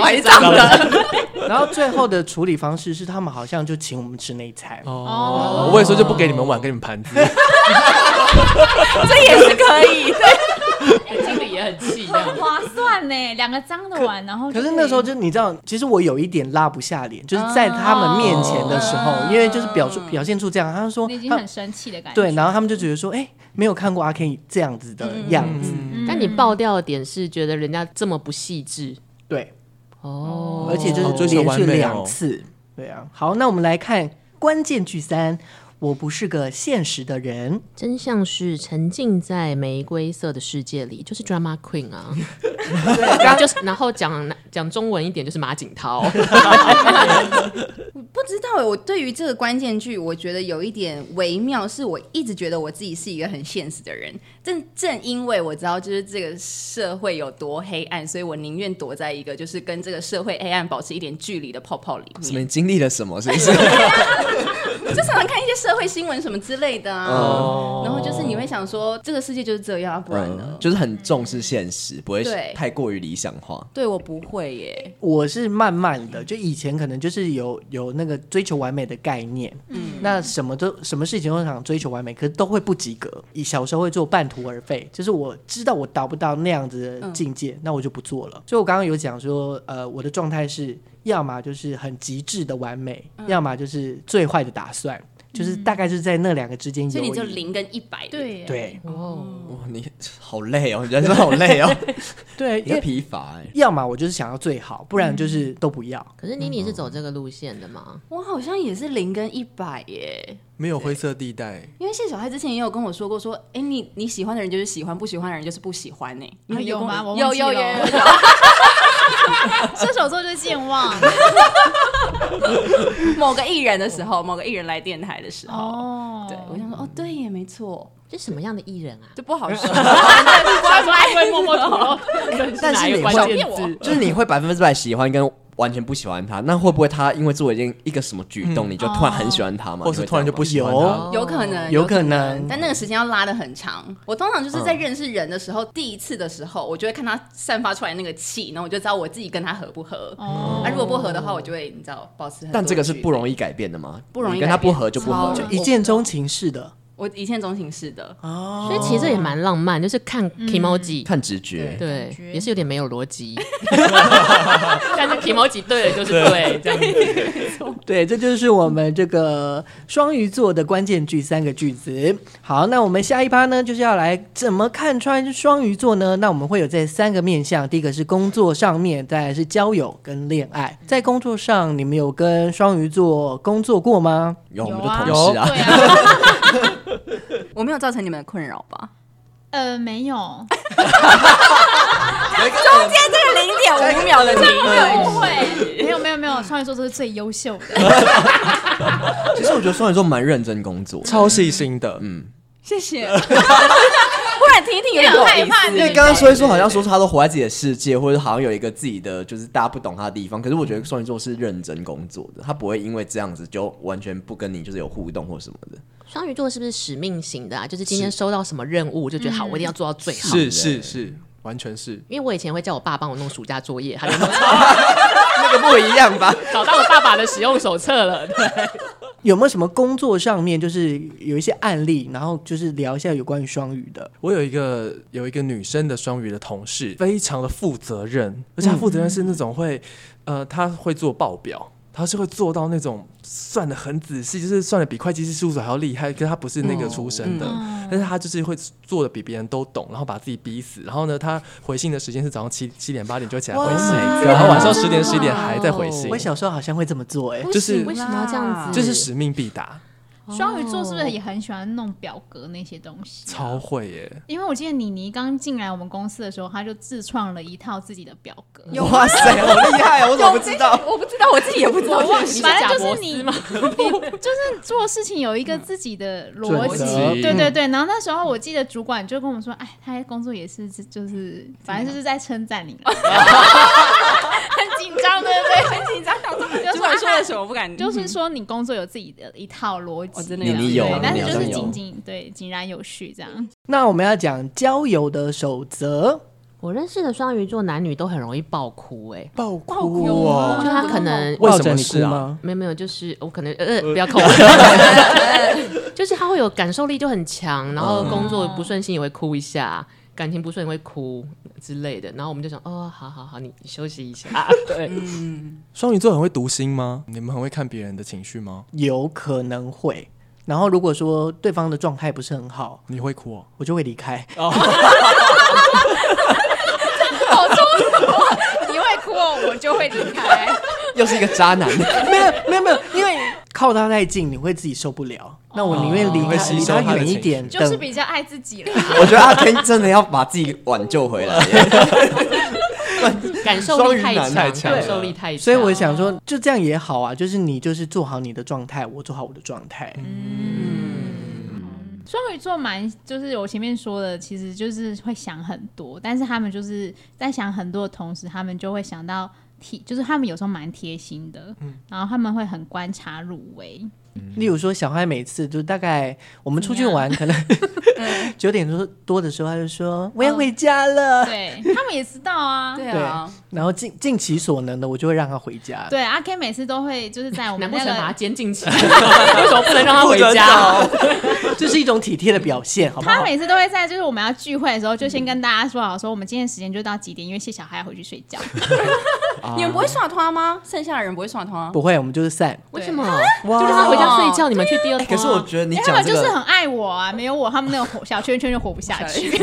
Speaker 6: 还是脏的，
Speaker 3: 然后最后的处理方式是，他们好像就请我们吃内餐。
Speaker 7: 哦，
Speaker 4: 我也说就不给你们碗，给你们盘子。 <laughs>
Speaker 6: 这也是可以。对，
Speaker 1: 经理也很气，
Speaker 7: 很划算
Speaker 3: <laughs>
Speaker 7: 呢，两个脏的碗，然后
Speaker 3: 可是那时候就你知道，其实我有一点拉不下脸，就是在他们面前的时候，因为就是表出表现出这样，他就说
Speaker 7: 哦你已经
Speaker 3: 他
Speaker 7: 很生气的感觉。
Speaker 3: 对，然后他们就觉得说，哎，没有看过阿 K 这样子的样子，
Speaker 7: 嗯，
Speaker 1: 但你爆掉的点是觉得人家这么不细致
Speaker 3: 对，
Speaker 1: 哦，
Speaker 3: 而且
Speaker 4: 好
Speaker 3: 就
Speaker 4: 追
Speaker 3: 是
Speaker 4: 求
Speaker 3: 连
Speaker 4: 完
Speaker 3: 续
Speaker 4: 美哦
Speaker 3: 两次，对啊。好，那我们来看关键句三，我不是个现实的人，
Speaker 1: 真相是沉浸在玫瑰色的世界里，就是 drama queen
Speaker 3: <laughs>
Speaker 1: 啊，就是然后讲讲中文一点就是马景涛，
Speaker 6: 不知道哎，我对于这个关键句，我觉得有一点微妙，是我一直觉得我自己是一个很现实的人。正正因为我知道就是这个社会有多黑暗，所以我宁愿躲在一个就是跟这个社会黑暗保持一点距离的泡泡里
Speaker 8: 什么？
Speaker 6: 面。
Speaker 8: 你经历了什么？是不是？
Speaker 6: 我就常常看一些社会新闻什么之类的啊，
Speaker 4: 哦
Speaker 6: 然后就是你会想说，这个世界就是这样，不
Speaker 8: <laughs>
Speaker 6: 然呢？
Speaker 8: 嗯就是很重视现实，不会
Speaker 6: 对
Speaker 8: 太过于理想化。
Speaker 6: 对我不会耶，
Speaker 3: 我是慢慢的，就以前可能就是有有那个追求完美的概念，嗯，那什么都什么事情都想追求完美，可是都会不及格。以小时候会做半途而废，就是我知道我达不到那样子
Speaker 6: 嗯
Speaker 3: 的境界，那我就不做了。所以我刚刚有讲说，呃，我的状态是要么就是很极致的完美，
Speaker 6: 嗯
Speaker 3: 要么就是最坏的打算，就是大概是在那两个之间游移。
Speaker 6: 所以你就零跟一百。，
Speaker 7: 对，
Speaker 3: 对
Speaker 1: 哦，
Speaker 8: 哇，你 <laughs> 好累哦，人生好
Speaker 6: <laughs>
Speaker 8: 累哦，
Speaker 3: 对，因
Speaker 8: 你在
Speaker 7: 嗯
Speaker 3: 为
Speaker 8: 疲乏哎。
Speaker 3: 要么我就是想要最好，不然就是都不要。
Speaker 1: 可是妮妮是走这个路线的吗？
Speaker 6: 我好像也是零跟一百耶。
Speaker 4: 没有灰色地带，
Speaker 6: 因为谢小孩之前也有跟我说过，说，哎、你你喜欢的人就是喜欢，不喜欢的人就是不喜欢呢、你
Speaker 7: 啊有
Speaker 6: 跟我
Speaker 7: 吗我忘
Speaker 6: 有
Speaker 7: 记
Speaker 6: 有有
Speaker 7: 了
Speaker 6: 有有，
Speaker 8: 啊
Speaker 7: 射手座就是健
Speaker 3: <laughs>
Speaker 7: 忘
Speaker 6: <laughs> 某个艺人的时候，某个艺人来电台的时候，
Speaker 7: 哦。
Speaker 6: 对我想说，哦，对耶，没错，
Speaker 1: 这什么样的艺人啊？
Speaker 6: 这不好
Speaker 7: <laughs>
Speaker 6: 说。<laughs>
Speaker 7: 他说他会默默吐露，
Speaker 3: 但是
Speaker 7: 哪一
Speaker 3: 你
Speaker 7: 个
Speaker 3: 会
Speaker 7: 关键
Speaker 6: 我
Speaker 7: 字？
Speaker 8: 就是你会百分之百喜欢跟完全不喜欢他，那会不会他因为做一件一个什么举动，你就突然很喜欢他嘛？
Speaker 4: 或是
Speaker 8: 你会这样吗
Speaker 4: 突然就不喜欢
Speaker 3: 有
Speaker 4: 他。
Speaker 1: 哦
Speaker 6: 嗯哦有可能，
Speaker 3: 有
Speaker 6: 可
Speaker 3: 可能
Speaker 6: 但那个时间要拉的很长。我通常就是在
Speaker 8: 嗯
Speaker 6: 认识人的时候，第一次的时候，我就会看他散发出来那个气，然后我就知道我自己跟他合不合。
Speaker 7: 哦
Speaker 6: 那、如果不合的话，我就会你知道保持很多距离。
Speaker 8: 但这个是不容易改变的吗？
Speaker 6: 不容易
Speaker 8: 你跟他
Speaker 6: 改变
Speaker 8: 不合就不合
Speaker 6: 超，
Speaker 3: 就一见钟情式的
Speaker 6: 我一见钟情式的，
Speaker 3: 哦
Speaker 1: 所以其实也蛮浪漫，就是看 emoji，、
Speaker 8: 看直觉。
Speaker 1: 对
Speaker 7: 感，觉
Speaker 1: 也是有点没有逻辑， <laughs> 但是 emoji 对了就是对，这样子。
Speaker 3: 对，这就是我们这个双鱼座的关键句三个句子。好，那我们下一趴呢，就是要来怎么看穿双鱼座呢？那我们会有这三个面向，第一个是工作上面，再来是交友跟恋爱。在工作上，你们有跟双鱼座工作过吗？
Speaker 8: 有我们
Speaker 7: 有
Speaker 8: 就
Speaker 7: 啊
Speaker 8: 同事啊，
Speaker 7: 对啊，
Speaker 6: 我没有造成你们的困扰吧？
Speaker 7: 呃，没有，
Speaker 6: 中间这个零点五秒的停顿，
Speaker 7: 不会，没有，没有，没有，双鱼座都是最优秀的。
Speaker 8: <laughs> 其实我觉得双鱼座蛮认真工作，
Speaker 4: 超细心的，嗯，
Speaker 6: 谢谢。忽然听一听有点不好意思
Speaker 7: 因
Speaker 8: 因为刚刚说一说，好像说他都活在自己的世界，或者好像有一个自己的就是大家不懂他的地方。可是我觉得双鱼座是认真工作的，他不会因为这样子就完全不跟你就是有互动或什么的。
Speaker 1: 双鱼座是不是使命型的啊？就是今天收到什么任务，就觉得好，我一定要做到最好。
Speaker 4: 是是是，完全是。
Speaker 1: 因为我以前会叫我爸帮我弄暑假作业，他 <laughs> 就说哎
Speaker 8: 那个不一样吧？
Speaker 1: 找到了爸爸的使用手册了。对，
Speaker 3: 有没有什么工作上面就是有一些案例，然后就是聊一下有关于双鱼的？
Speaker 4: 我有一个有一个女生的双鱼的同事，非常的负责任，而且她负责任是那种会，呃，她会做报表，她是会做到那种算的很仔细，就是算的比会计师事务所还要厉害，可是她不是那个出身的，但是她就是会做的比别人都懂，然后把自己逼死，然后呢，她回信的时间是早上七七点八点就会起来回信，然后晚上十点十一点还在回信
Speaker 3: 我，小时候好像会这么做、欸，哎，
Speaker 4: 就是
Speaker 1: 为什么要这样子？
Speaker 4: 就是使命必达，
Speaker 3: 哦
Speaker 7: 双鱼座是不是也很喜欢弄表格那些东西？啊
Speaker 4: 超会耶，
Speaker 7: 因为我记得妮妮刚进来我们公司的时候，她就自创了一套自己的表格。
Speaker 8: 哇塞，好厉害啊！我怎么不知道？
Speaker 6: 我不知道，我自己也不知道。
Speaker 7: 反正就是你， <laughs> 你就是做事情有一个自己的逻
Speaker 3: 准
Speaker 7: 辑，
Speaker 4: 则
Speaker 7: 对对对。然后那时候我记得主管就跟我们说，哎，他工作也是就是，反正就是在称赞你了，很紧张，对不对？
Speaker 6: 很紧张，想说
Speaker 7: 就
Speaker 6: 主
Speaker 7: 是
Speaker 6: 管说了什么不敢，
Speaker 7: 就是说你工作有自己的一套逻
Speaker 6: 哦
Speaker 7: 辑，
Speaker 6: 真的
Speaker 7: 对
Speaker 8: 你你有啊
Speaker 7: 对，但
Speaker 8: 你
Speaker 7: 是
Speaker 8: 好
Speaker 7: 就
Speaker 8: 像
Speaker 7: 是
Speaker 8: 有
Speaker 7: 井井对井然有序这样。
Speaker 3: 那我们要讲交友的守则。
Speaker 1: 我认识的双鱼座男女都很容易爆哭、哎，
Speaker 4: 爆哭哦，
Speaker 1: 就他可能
Speaker 4: 为什
Speaker 3: 抱
Speaker 4: 么
Speaker 3: 着你
Speaker 4: 是
Speaker 3: 哭
Speaker 4: 啊
Speaker 3: 吗？
Speaker 1: 没有没有，就是我可能呃不要扣
Speaker 8: <laughs>
Speaker 1: 我， <laughs> 就是他会有感受力就很强，然后工作不顺心也会哭一下，感情不顺也会哭之类的，然后我们就想哦，好好好，你你休息一下，
Speaker 8: <laughs>
Speaker 1: 对，
Speaker 4: 双鱼座很会读心吗？你们很会看别人的情绪吗？
Speaker 3: 有可能会。然后如果说对方的状态不是很好，
Speaker 4: 你会哭哦。
Speaker 3: 我就会离开。
Speaker 6: 你会哭哦，我就会离开。
Speaker 8: 又是一个渣男，
Speaker 4: 哦
Speaker 3: <laughs> 没有没有没有，因为靠他太近，你会自己受不了。那我宁愿离
Speaker 4: 你会
Speaker 3: 开，
Speaker 4: 吸
Speaker 3: 离
Speaker 4: 收
Speaker 3: 他
Speaker 4: 他的
Speaker 3: 远一
Speaker 4: 情
Speaker 3: 点。
Speaker 4: 绪
Speaker 7: <laughs> 就是
Speaker 3: 等
Speaker 7: 比较爱自己了，
Speaker 8: <laughs> 我觉得阿天真的要把自己挽救回来欸耶。
Speaker 1: 感受力太
Speaker 8: 双鱼男太
Speaker 1: 强，
Speaker 8: 强了
Speaker 1: 感受力太强，
Speaker 3: 所以我想说，就这样也好啊，就是你就是做好你的状态，我做好我的状态。
Speaker 7: 双鱼座蛮就是我前面说的，其实就是会想很多，但是他们就是在想很多的同时，他们就会想到贴，就是他们有时候蛮贴心的，然后他们会很观察入微，
Speaker 3: 例如说，小孩每次就大概我们出去玩，可能 <laughs> 九点多多的时候，他就说我要回家了。
Speaker 7: 对他们也知道啊。
Speaker 6: 对
Speaker 3: 对
Speaker 6: 啊，，
Speaker 3: 然后尽尽其所能的，我就会让他回家。
Speaker 7: 对，阿 K 每次都会就是在我
Speaker 1: 难
Speaker 7: 们
Speaker 1: 不
Speaker 7: 那
Speaker 1: 成把他
Speaker 7: 个。
Speaker 1: 监禁起来？为什么不能让他回家？
Speaker 3: <laughs> 这是一种体贴的表现，好不
Speaker 7: 他
Speaker 3: 好？
Speaker 7: 每次都会在就是我们要聚会的时候，就先跟大家说好，哦说我们今天时间就到几点，因为谢小孩要回去睡觉。
Speaker 6: 你们不会耍团吗？剩下的人不会耍团？
Speaker 3: 不会，我们就是散。
Speaker 1: 为什么？就让他回家睡觉，你们去第二趟啊。
Speaker 8: 哎可是我觉得你
Speaker 7: 因为他
Speaker 8: 讲
Speaker 7: 们
Speaker 8: 这
Speaker 7: 就
Speaker 8: 个，
Speaker 7: 是很爱我啊，没有我，他们那个活小圈圈就活不下
Speaker 8: <laughs>
Speaker 7: 去。 <laughs>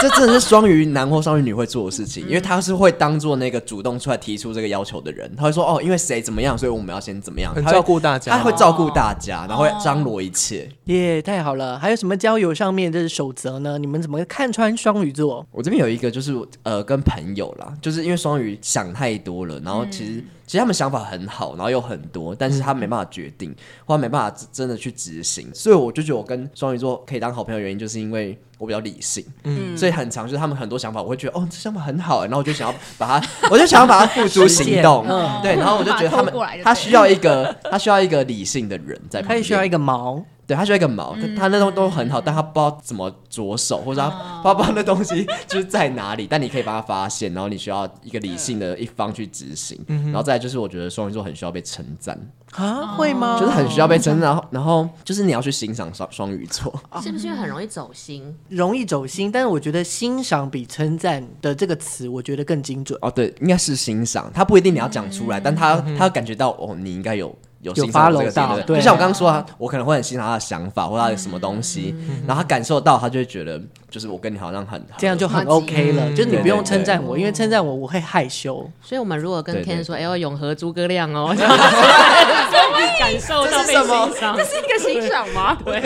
Speaker 8: 这真的是双鱼男或双鱼女会做的事情，因为他是会当做那个主动出来提出这个要求的人，他会说哦，因为谁怎么样，所以我们要先怎么样，
Speaker 4: 很
Speaker 8: 他会
Speaker 4: 照顾大家
Speaker 8: 他会照顾大家，然后会张罗一切。
Speaker 3: 耶、太好了！还有什么交友上面的守则呢？你们怎么看穿双鱼座？
Speaker 8: 我这边有一个就是呃，跟朋友啦，就是因为双鱼想太多了，然后其实、其实他们想法很好，然后又很多，但是他没办法决定，或他没办法真的去执行，所以我就觉得我跟双鱼座可以当好朋友，原因就是因为。我比较理性，嗯，所以很常就是他们很多想法，我会觉得哦，这想法很好，然后我就想要把
Speaker 3: <laughs>
Speaker 8: 它，我就想要把它付诸
Speaker 3: 实践 <laughs>
Speaker 8: 行动，
Speaker 3: 嗯
Speaker 8: 对，然后我就觉得他
Speaker 7: 把它拖过来就
Speaker 8: 们
Speaker 7: 对
Speaker 8: 他需要一个他需要一个理性的人在旁
Speaker 3: 他也
Speaker 8: 边，
Speaker 3: 需要一个毛，
Speaker 8: 对他需要一个毛，
Speaker 3: 嗯
Speaker 8: 可他那东都很好，但他不知道怎么着手，或者他
Speaker 3: 哦
Speaker 8: 他不知道那东西就是在哪里，但你可以把它发现，然后你需要一个理
Speaker 3: 嗯
Speaker 8: 性的一方去执行，然后再来就是我觉得双鱼座很需要被称赞，
Speaker 7: 哦
Speaker 3: 啊？会吗？
Speaker 8: 就是很需要被称赞，然后然后就是你要去欣赏双双鱼座，
Speaker 1: 是不是因为很容易走心？
Speaker 3: 容易走心，但是我觉得欣赏比称赞的这个词，我觉得更精准。
Speaker 8: 哦对，应该是欣赏，他不一定你要讲出来，但他他要感觉到哦，你应该有。有欣赏我这
Speaker 3: 嗯
Speaker 8: 个
Speaker 3: follow 到
Speaker 8: 点
Speaker 3: 对
Speaker 8: 就像我刚刚说啊，我可能会很欣赏他的想法或他的什么东西，然后他感受到，他就会觉得就是我跟你好像很
Speaker 3: 嗯这样就很 OK 了，就是你不用称赞我，因为称赞我我会害羞。
Speaker 1: 所以我们如果跟
Speaker 8: 对对
Speaker 1: Ken 说：“哎呦，永和诸葛亮
Speaker 8: <laughs>
Speaker 1: 哦。” <laughs> 这样子感受到被欣赏，这是一个欣赏吗？对，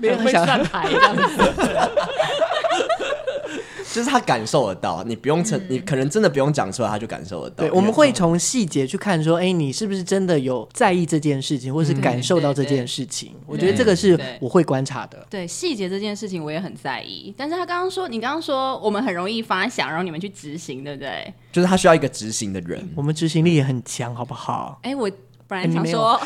Speaker 3: 没有
Speaker 1: 很会
Speaker 3: 想
Speaker 1: 上台这
Speaker 8: <laughs>
Speaker 1: 样子。
Speaker 8: 就是他感受得到，你不用
Speaker 6: 嗯
Speaker 8: 成，你可能真的不用讲出来，他就感受得到。
Speaker 3: 对，我们会从细节去看，说，哎，你是不是真的有在意这件事情，或
Speaker 8: 嗯
Speaker 3: 是感受到这件事情？我觉得这个是
Speaker 6: 嗯对
Speaker 3: 我会观察的。
Speaker 6: 对细节这件事情我也很在意，但是他刚刚说，你刚刚说我们很容易发想，然后你们去执行，对不对？
Speaker 8: 就是他需要一个执行的人，
Speaker 3: 我们执行力也很强，好不好？
Speaker 6: 哎，我本
Speaker 3: 哎
Speaker 6: 来
Speaker 3: 你
Speaker 6: 想
Speaker 3: 没有
Speaker 6: 说，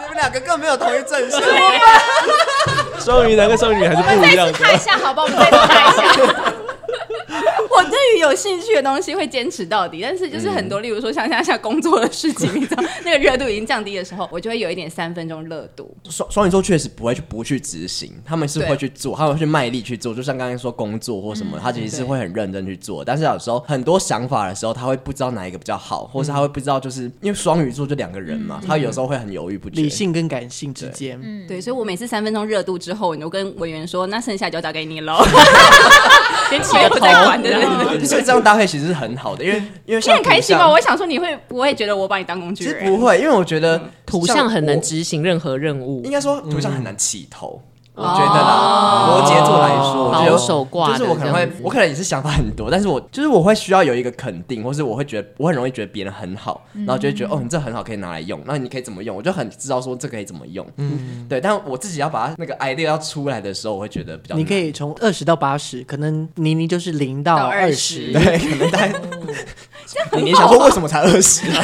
Speaker 8: 你们两个更没有同一阵线。
Speaker 4: <laughs> 双鱼男跟双鱼女还是不一样的。
Speaker 7: 看一下好不好？我们再次看一
Speaker 8: <laughs>
Speaker 7: 下。
Speaker 6: <laughs> 我对于有兴趣的东西会坚持到底，但是就是很多，例如说像像像工作的事情，你知道那个热度已经降低的时候，我就会有一点三分钟热度。
Speaker 8: 双双鱼座确实不会去不去执行，他们是
Speaker 6: 对
Speaker 8: 会去做，他们会去卖力去做。就像刚才说工作或什么，他其实是会很认真去做。但是有时候很多想法的时候，他会不知道哪一个比较好，或是他会不知道，就是因为双鱼座就两个人嘛，他有时候会很犹豫不决。
Speaker 3: 理性跟感性之间，
Speaker 6: 对，所以我每次三分钟热度之后，我就跟委员说，那剩下就交给你喽。 <laughs>
Speaker 1: 先起个
Speaker 6: 我
Speaker 1: 头，
Speaker 6: 在管的
Speaker 1: 这样
Speaker 8: <laughs>
Speaker 6: 对
Speaker 8: 所以这样搭配其实是很好的，因为因为
Speaker 6: 你
Speaker 8: 像
Speaker 6: 很开心吗？
Speaker 8: 土象
Speaker 6: 我想说你会不会觉得我把你当工具
Speaker 8: 其实
Speaker 6: 人？
Speaker 8: 不会，因为我觉
Speaker 6: 嗯
Speaker 8: 得
Speaker 1: 土象很
Speaker 8: 能
Speaker 1: 能执行任何任务
Speaker 8: 应，该说图像很难起头。我觉得啦，摩羯座来说，我觉
Speaker 1: 嗯
Speaker 8: 得
Speaker 1: 哦保守挂的
Speaker 8: 哦就是我可能
Speaker 1: 这
Speaker 8: 会
Speaker 1: 样子，
Speaker 8: 我可能也是想法很多，但是我就是我会需要有一个肯定，或是我会觉得我很容易觉得别人很好，然后就
Speaker 1: 嗯
Speaker 8: 会觉得哦，你这很好可以拿来用，那你可以怎么用，我就很知道说这可以怎么用，嗯，对，但我自己要把它那个 idea 要出来的时候，我会觉得比较
Speaker 3: 你可
Speaker 8: 以
Speaker 3: 以从二十到八十，可能妮妮就是零到
Speaker 6: 到
Speaker 3: 二
Speaker 6: 20
Speaker 3: 十。
Speaker 8: 对，可能大家
Speaker 1: 哦
Speaker 8: 你 <laughs> 你想说为什么才二十？
Speaker 6: <laughs>
Speaker 8: 啊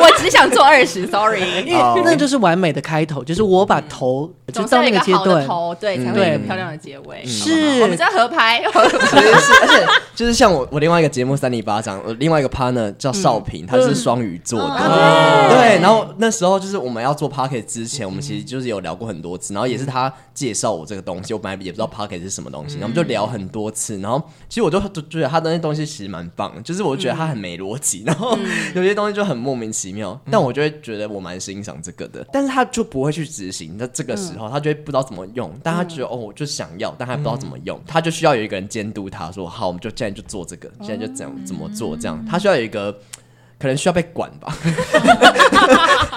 Speaker 6: 我只想做二十，sorry。
Speaker 3: <laughs> 因
Speaker 8: 哦
Speaker 3: 为那就是完美的开头，就是我
Speaker 8: 嗯
Speaker 3: 把头就
Speaker 6: 总是
Speaker 3: 到
Speaker 6: 要
Speaker 3: 那
Speaker 6: 一
Speaker 3: 个
Speaker 6: 个
Speaker 3: 阶
Speaker 6: 好的
Speaker 3: 段，嗯
Speaker 6: 头，对，才会有一个漂亮的结尾。
Speaker 3: 是
Speaker 6: 我们在合拍，
Speaker 8: <laughs> 其实是，而且就是像我我另外一个节目三里巴掌，我另外一个 partner 叫少平，他是双鱼座的，对。然后那时候就是我们要做 pocket 之前，我们其实就是有聊过很多次，然后也是他介绍我这个东西，我本来也不知道 pocket 是什么东西，然后我们就聊很多次，然后其实我就就觉得他的那东西其实蛮棒的，就是我觉得他很没逻辑，然后有些东西就很莫名其妙，
Speaker 3: 嗯
Speaker 8: 但我就会觉得我蛮欣赏这个的，但是他就不会去执行，那这个时
Speaker 3: 嗯
Speaker 8: 候他就会不知道怎么用，但他觉得哦，我就想要，但他不知道怎么用，
Speaker 3: 嗯
Speaker 8: 他就需要有一个人监督他说，好，我们就现在就做这个，现在就怎样怎么做
Speaker 3: 嗯
Speaker 8: 这样，他需要有一个。可能需要被管吧，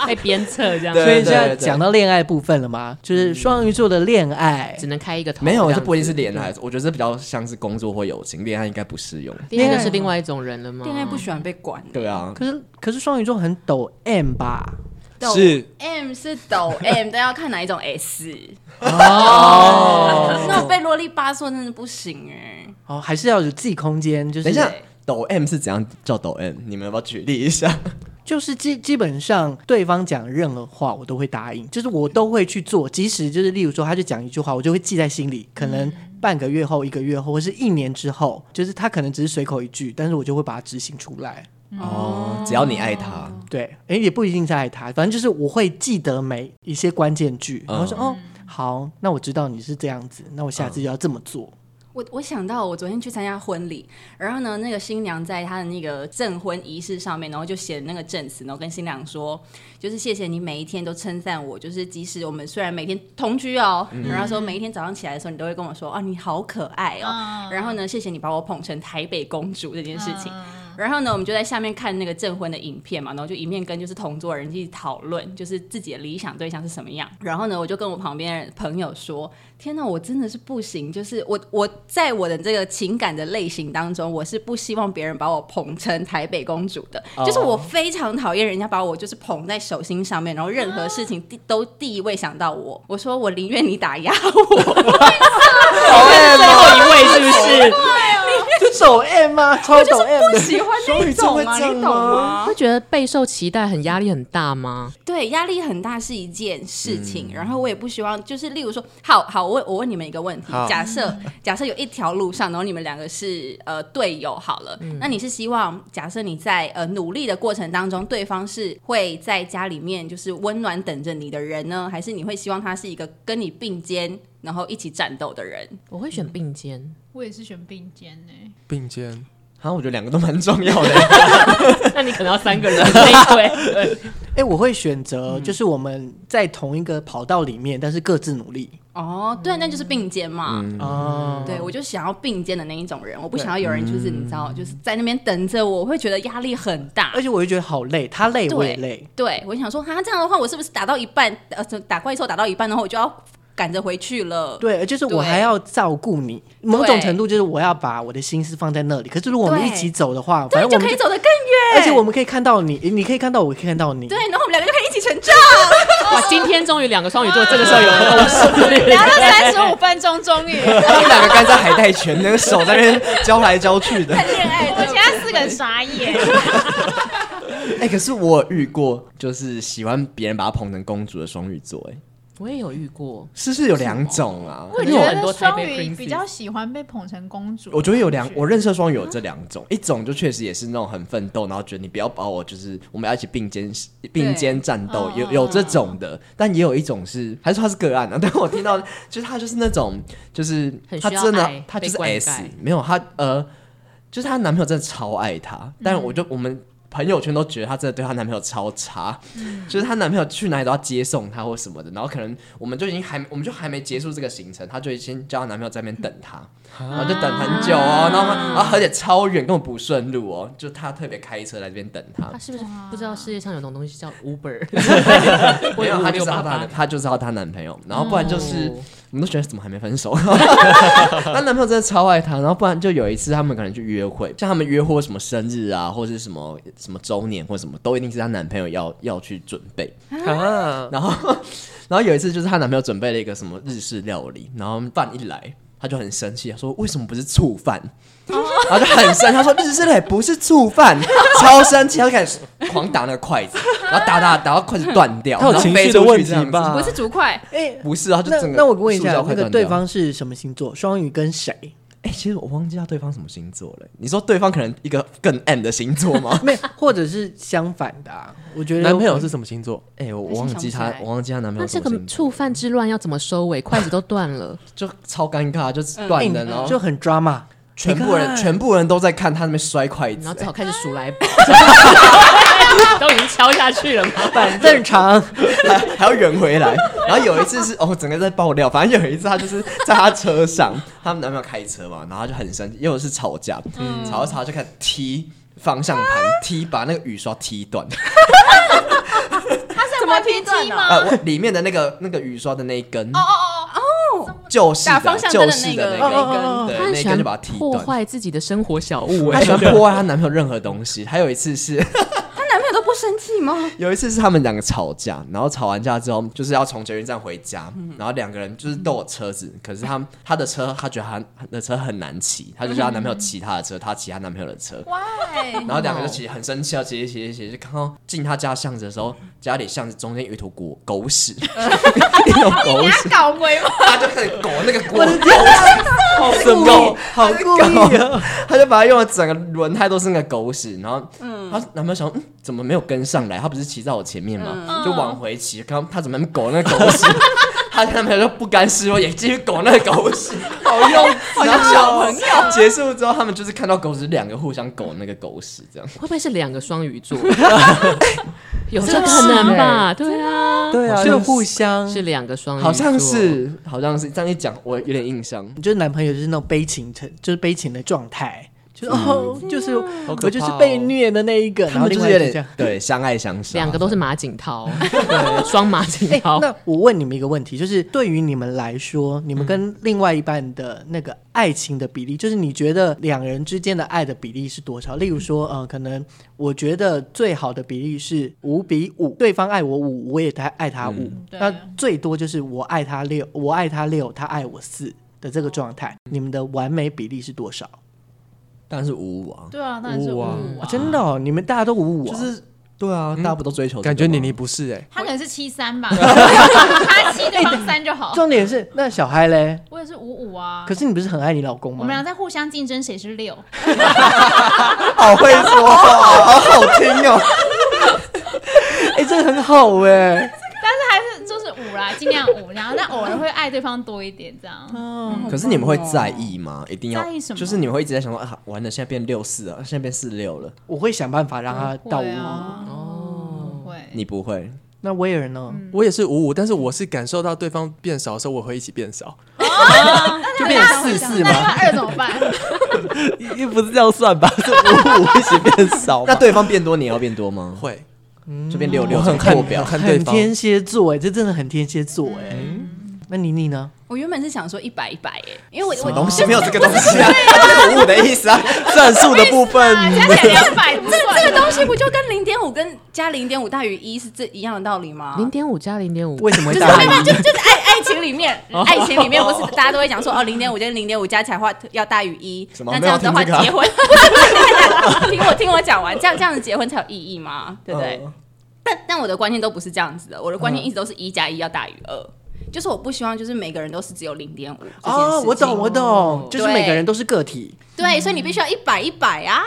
Speaker 1: 被鞭策这样，
Speaker 8: 对
Speaker 3: 所以现在
Speaker 8: 对嗯对
Speaker 3: 讲到恋爱部分了吗？就是双鱼座的恋爱
Speaker 1: 只，能开一个头。
Speaker 8: 没有，
Speaker 1: 这
Speaker 8: 这
Speaker 1: 样
Speaker 8: 不一定是啊恋爱，我觉得这比较像是工作或友情，恋爱应该不适用。
Speaker 1: 恋爱就是另外一种人了吗？
Speaker 6: <laughs> 恋爱不喜欢被管的。
Speaker 8: 对啊，
Speaker 3: 可是可是双鱼座很抖 M 吧？
Speaker 6: 抖
Speaker 4: 是
Speaker 6: M 是抖 M，但要看哪一种 S。
Speaker 3: 哦，
Speaker 6: 那种被啰里吧嗦真的不行哎、
Speaker 3: 哦，还是要有自己空间，就是
Speaker 8: 等一下，抖 M 是怎样叫抖 M？你们要不要举例一下？
Speaker 3: 就是基基本上对方讲任何话，我都会答应，就是我都会去做。即使就是例如说，他就讲一句话，我就会记在心里，可能
Speaker 6: 嗯
Speaker 3: 半个月后、一个月后，或是一年之后，就是他可能只是随口一句，但是我就会把它执行出来。
Speaker 8: 哦，只要你爱他，
Speaker 3: 对，哎，也不一定在爱他，反正就是我会记得每一些关键句，然后说、
Speaker 8: 嗯
Speaker 3: 哦，好，那我知道你是这样子，那我下次就要这么
Speaker 6: <laughs>
Speaker 3: 做。
Speaker 6: 我我想到我昨天去参加婚礼，然后呢，那个新娘在她的那个证婚仪式上面，然后就写那个证词，然后跟新娘说，就是谢谢你每一天都称赞我，就是即使我们虽然每天同居哦，然后说每一天早上起来的时候，你都会跟我说啊你好可爱哦，
Speaker 7: 嗯
Speaker 6: 然后呢，谢谢你把我捧成台北公主这件事情。然后呢，我们就在下面看那个证婚的影片嘛，然后就一面跟就是同桌人一起讨论，就是自己的理想对象是什么样。然后呢，我就跟我旁边的朋友说：“天哪，我真的是不行，就是我我在我的这个情感的类型当中，我是不希望别人把我捧成台北公主的，就是我非常讨厌人家把我就是捧在手心上面，然后任何事情第都第一位想到我。我说我宁愿你打压我，
Speaker 1: 最后一位是不是？
Speaker 3: 这抖 M 啊，超抖 M 的，
Speaker 6: 喜欢那种啊， <laughs> 你懂吗？
Speaker 1: 会觉得备受期待很压力很大吗？
Speaker 6: 对，压力很大是一件事情，
Speaker 3: 嗯
Speaker 6: 然后我也不希望，就是例如说，好好，我我问你们一个问题
Speaker 4: 好，
Speaker 6: 假设 <laughs> 假设有一条路上，然后你们两个是呃队友好了，
Speaker 3: 嗯
Speaker 6: 那你是希望假设你在呃努力的过程当中，对方是会在家里面就是温暖等着你的人呢，还是你会希望他是一个跟你并肩，然后一起战斗的人？
Speaker 1: 我会选并肩。
Speaker 7: 我也是选并肩呢、
Speaker 4: 并肩，
Speaker 8: 好啊像我觉得两个都蛮重要的。 <laughs>
Speaker 1: 那你可能要三个人那一 <laughs> 对。对
Speaker 3: 哎、我会选择
Speaker 8: 嗯
Speaker 3: 就是我们在同一个跑道里面，但是各自努力
Speaker 6: 哦，对，那就是并肩嘛。
Speaker 8: 嗯
Speaker 3: 哦。
Speaker 6: 对，我就想要并肩的那一种人，我不想要有人就是你知道，就是在那边等着我，我会觉得压力很大。
Speaker 3: 而且我就觉得好累，他累我也累，
Speaker 6: 对，我想说，哈，这样的话，我是不是打到一半，呃，打怪兽打到一半，然后我就要赶着回去了？
Speaker 3: 对，就是我
Speaker 6: 对
Speaker 3: 还要照顾你，某种程度就是我要把我的心思放在那里。可是如果我们
Speaker 6: 对
Speaker 3: 一起走的话，
Speaker 6: 对，
Speaker 3: 反正
Speaker 6: 就
Speaker 3: 我
Speaker 6: 可
Speaker 3: 们
Speaker 6: 以
Speaker 3: 就
Speaker 6: 走得更远，
Speaker 3: 而且我们可以看到你，你可以看到我，我可以看到你。
Speaker 6: 对，然后我们两个就可以一起成长。
Speaker 1: 哇，今天终于两个双鱼座这个时候有共识。
Speaker 7: 聊了三十五分钟，终于，
Speaker 8: 他们两个干在海带拳，那个手在那边交来交去 <laughs> 的。
Speaker 6: 恋爱
Speaker 7: 而且他四个人傻眼。
Speaker 8: 哎、可是我有遇过，就是喜欢别人把她捧成公主的双鱼座、哎，
Speaker 1: 我也有遇过，
Speaker 8: 是不是有两种啊？
Speaker 7: 我
Speaker 1: 因
Speaker 7: 觉
Speaker 1: 为我很
Speaker 7: 得
Speaker 1: 多台
Speaker 7: 双
Speaker 1: 北
Speaker 7: 鱼
Speaker 1: princess
Speaker 7: 比较喜欢被捧成公主的感，
Speaker 8: 我觉得有两，我认识的双鱼有这两种，一种就确实也是那种很奋斗，然后觉得你不要把我，就是我们要一起并肩并肩战斗，
Speaker 1: 嗯
Speaker 8: 有有这种的，但也有一种是，还是他是个案啊。 <laughs> 但我听到就是他就是那种，就是
Speaker 1: 很需
Speaker 8: 他
Speaker 1: 要
Speaker 8: 真的
Speaker 1: 爱
Speaker 8: 他就是
Speaker 1: 被灌
Speaker 8: S，
Speaker 1: 溉
Speaker 8: 没有他呃，就是她男朋友真的超爱她，但
Speaker 1: 嗯
Speaker 8: 我就我们朋友圈都觉得她真的对她男朋友超差，就是她男朋友去哪里都要接送她或什么的，然后可能我们就已经还我们就还没结束这个行程，她就已经叫她男朋友在那边等她，
Speaker 1: 啊
Speaker 8: 然后就等很久哦，然后然后而且超远，根本不顺路哦，就她特别开车来这边等她
Speaker 1: <laughs> 他。是不是不知道世界上有种东西叫 Uber？
Speaker 8: <laughs> 没有，她就
Speaker 1: 有
Speaker 8: 知道她
Speaker 1: 爸
Speaker 8: 的，她就知道她男朋友，然后不然就是，嗯
Speaker 1: 哦
Speaker 8: 我们都觉得怎么还没分手？ <laughs> 她男朋友真的超爱她，然后不然就有一次他们可能去约会，像他们约会什么生日啊，或是什么什么周年或什么，都一定是她男朋友要要去准备。
Speaker 4: 啊，
Speaker 8: 然后 <laughs> 然后有一次就是她男朋友准备了一个什么日式料理，然后饭一来。她就很生气，她说：“为什么不是醋饭？”然后就很生气，她说：“日式料理不是醋饭。”超生气，她就开始狂打那个筷子，然后打打打到筷子断掉，
Speaker 4: 他有
Speaker 8: 然后
Speaker 4: 情
Speaker 8: 飞
Speaker 4: 绪的
Speaker 8: 出去
Speaker 4: 问
Speaker 8: 这
Speaker 4: 题
Speaker 8: 样子
Speaker 4: 吧？
Speaker 6: 不是竹筷，
Speaker 3: 哎、
Speaker 8: 不是啊，就
Speaker 3: 那
Speaker 8: 整个
Speaker 3: 那我问一
Speaker 8: 塑
Speaker 3: 下
Speaker 8: 胶，快
Speaker 3: 那个
Speaker 8: 断
Speaker 3: 对
Speaker 8: 掉
Speaker 3: 方是什么星座？双鱼跟谁？
Speaker 8: 哎、其实我忘记到对方什么星座了。你说对方可能一个更暗的星
Speaker 3: <laughs>？
Speaker 8: 座吗
Speaker 3: 没有，或者是相反的、啊？我觉得
Speaker 4: 男朋友是什么星座？
Speaker 8: 哎、我我忘记
Speaker 6: 还是想
Speaker 8: 她
Speaker 6: 不起，来
Speaker 8: 我忘记她男朋
Speaker 1: 那
Speaker 8: 友
Speaker 1: 这
Speaker 8: 什么
Speaker 1: 个
Speaker 8: 星座，
Speaker 1: 触犯之乱要怎么收尾？筷子都断了，
Speaker 8: 就超尴尬，
Speaker 6: 嗯
Speaker 8: 就是
Speaker 3: 哎
Speaker 8: 断
Speaker 3: 你
Speaker 8: 的，然后
Speaker 3: 就很 drama。
Speaker 8: 全部人全部人都在看他那边摔筷
Speaker 1: 然
Speaker 8: 子、
Speaker 1: 后只
Speaker 8: 哎
Speaker 1: 好开始数来宝，都已经敲下去了嘛。
Speaker 3: 反正
Speaker 8: <laughs>
Speaker 3: 长，
Speaker 8: <laughs> 还还要圆回来。然后有一次是哦，整个在爆料，反正有一次她就是在她车上，她男朋友开车嘛，然后她就很生气，又是吵架，吵着吵着就开始踢方向盘，踢把那个雨刷踢断。 <laughs>
Speaker 7: 他是么 PT 吗？
Speaker 8: 呃，我里面的那个那个雨刷的那一根，哦哦哦哦，就是
Speaker 6: 打
Speaker 8: 的
Speaker 6: 方向灯
Speaker 8: 就
Speaker 6: 的
Speaker 8: 是
Speaker 6: 那个
Speaker 8: 那
Speaker 6: 那
Speaker 8: 个，
Speaker 6: 一根。
Speaker 8: 对，
Speaker 1: 他很
Speaker 8: 那一
Speaker 1: 喜
Speaker 8: 根
Speaker 1: 欢
Speaker 8: 就把它踢
Speaker 1: 破
Speaker 8: 断。
Speaker 1: 坏自己的生活小物、
Speaker 8: 她
Speaker 1: 哎，
Speaker 8: 喜欢破坏她男朋友任何东西。还有一次是，
Speaker 6: 她男朋友都不生气么？
Speaker 8: 有一次是他们两个吵架，然后吵完架之后就是要从捷运站回家，然后两个人就是斗我车子，可是他他的车他觉得他他的车很难骑，他就叫她男朋友骑他的车，她骑她男朋友的车。
Speaker 6: 喂，
Speaker 8: 然后两个人就骑很生气啊，骑骑骑骑，就看到进他家巷子的时候，家里巷子中间有一坨狗狗屎，一坨狗
Speaker 7: <laughs>
Speaker 8: 屎，
Speaker 6: 搞鬼吗？
Speaker 8: 他就开始狗那个锅，好什么？好故意啊！ <laughs> 他就把它用了整个轮胎都是那个狗屎，然后，他男朋友想，嗯，怎么没有跟上来？他不是骑在我前面吗？就往回骑，看到他怎么那边狗那个狗屎，他男朋友就不甘示弱，也继续狗那个狗屎，好用，好像小朋友。结束之后，他们就是看到狗屎，两个互相狗那个狗屎，这样
Speaker 1: 会不会是两个双鱼 <laughs> 座？有这可能吧？对啊，
Speaker 4: 对啊，
Speaker 3: 就
Speaker 4: 就
Speaker 3: 互相，
Speaker 1: 是两个双鱼座，
Speaker 8: 好像是，好像是这样一讲，我有点印象。
Speaker 3: 就是男朋友就是那种悲情成，就是悲情的状态，就是哦，就是
Speaker 4: 好可怕
Speaker 3: 我
Speaker 4: 哦
Speaker 3: 就是被虐的那一个，然
Speaker 8: 他
Speaker 3: 后
Speaker 8: 们就
Speaker 3: 另
Speaker 8: 是
Speaker 3: 外一个
Speaker 8: 有
Speaker 3: 这
Speaker 8: 点
Speaker 3: 样。
Speaker 8: 对相爱相杀，
Speaker 1: 两个都是马景涛，双马景
Speaker 3: 哎、
Speaker 1: 涛。
Speaker 3: 那我问你们一个问题，就是对于你们来说，你们跟另外一半的那个爱情的比例，就是你觉得两人之间的爱的比例是多少？例如说，呃，可能我觉得最好的比例是五比五，对方爱我五，我也他爱他五、
Speaker 8: 嗯
Speaker 7: 对
Speaker 3: 那最多就是我爱他六，我爱他六，他爱我四的这个状态，你们的完美比例是多少？
Speaker 8: 当然是五五啊，
Speaker 7: 对啊，当然是
Speaker 4: 五
Speaker 7: 五
Speaker 4: 啊
Speaker 7: 五
Speaker 3: 啊
Speaker 7: 啊，
Speaker 3: 真的、哦，你们大家都五五、
Speaker 8: 就
Speaker 3: 啊，
Speaker 8: 是对啊，大家不都追求这个吗？
Speaker 4: 感觉妮妮不是哎，
Speaker 7: 他可能是七三吧，他七对方三
Speaker 3: <laughs>
Speaker 7: 就好。
Speaker 3: 重点是那小孩嘞？
Speaker 7: 我也是五五啊，
Speaker 3: 可是你不是很爱你老公
Speaker 7: 我们俩
Speaker 3: 吗？
Speaker 7: 在互相竞争谁是六，
Speaker 8: 好会说话， <laughs> 好好听哦。
Speaker 3: 哎、这个很好哎、
Speaker 7: 但是还是就是五啦，尽量五，然后但偶尔会爱对方多一点这样。
Speaker 8: 可是你们会哦在意吗？一定要
Speaker 7: 在意什么
Speaker 8: 就是你们会一直在想说啊，完了，现在变六四了，现在变四六了。
Speaker 3: 我会想办法让他到五
Speaker 7: 会
Speaker 3: 五、
Speaker 7: 啊，哦，会，
Speaker 8: 你不会，
Speaker 3: 那威尔呢？
Speaker 6: 嗯
Speaker 4: 我也是五五，但是我是感受到对方变少的时候，我会一起变少，
Speaker 3: 就变成四四嘛？
Speaker 7: 那那二怎么办？
Speaker 4: 也不是这样
Speaker 8: <laughs>
Speaker 4: 算吧？是五五一起变少
Speaker 8: 那
Speaker 4: 吧，
Speaker 8: 对方变多，你也要变多吗？嗯
Speaker 4: 会，
Speaker 8: 就变六六，
Speaker 4: 我很看
Speaker 8: 破表。
Speaker 4: 看对
Speaker 3: 很
Speaker 4: 方，
Speaker 3: 天蝎座哎、这真的很天蝎座哎、那妮妮呢？
Speaker 6: 我原本是想说一百一百哎，因为我
Speaker 8: 什
Speaker 6: 我
Speaker 8: 么东西没有这个东西 <laughs> 啊？它就是五五的意思啊，算数的部 <laughs> 分。
Speaker 7: 加起来两百，
Speaker 6: <laughs>
Speaker 7: 这
Speaker 6: 这这个东西不就跟零点五跟加零点五大于一是这一样的道理吗？
Speaker 1: 零点五加零点五，
Speaker 3: 为什么会啊
Speaker 6: 就是
Speaker 3: 大
Speaker 6: <laughs> 没
Speaker 3: 于
Speaker 6: 有，就就是爱爱情里 <laughs> 面，爱情里面不是大家都会讲说哦，零点五跟零点五加起来话要大于一，
Speaker 8: 什么
Speaker 6: 那这样子的话
Speaker 8: 没有听啊
Speaker 6: 结婚， <laughs> 听我听我讲完，这样这样子结婚才有意义吗？对不对？
Speaker 8: 嗯
Speaker 6: 但但我的观念都不是这样子的，我的观念一直都是一加一要大于二，就是我不希望就是每个人都是只有零点五
Speaker 8: 啊
Speaker 3: 哦，我懂，我懂，就是每个人都是个体，
Speaker 6: 对，所以你必须要一百一百啊，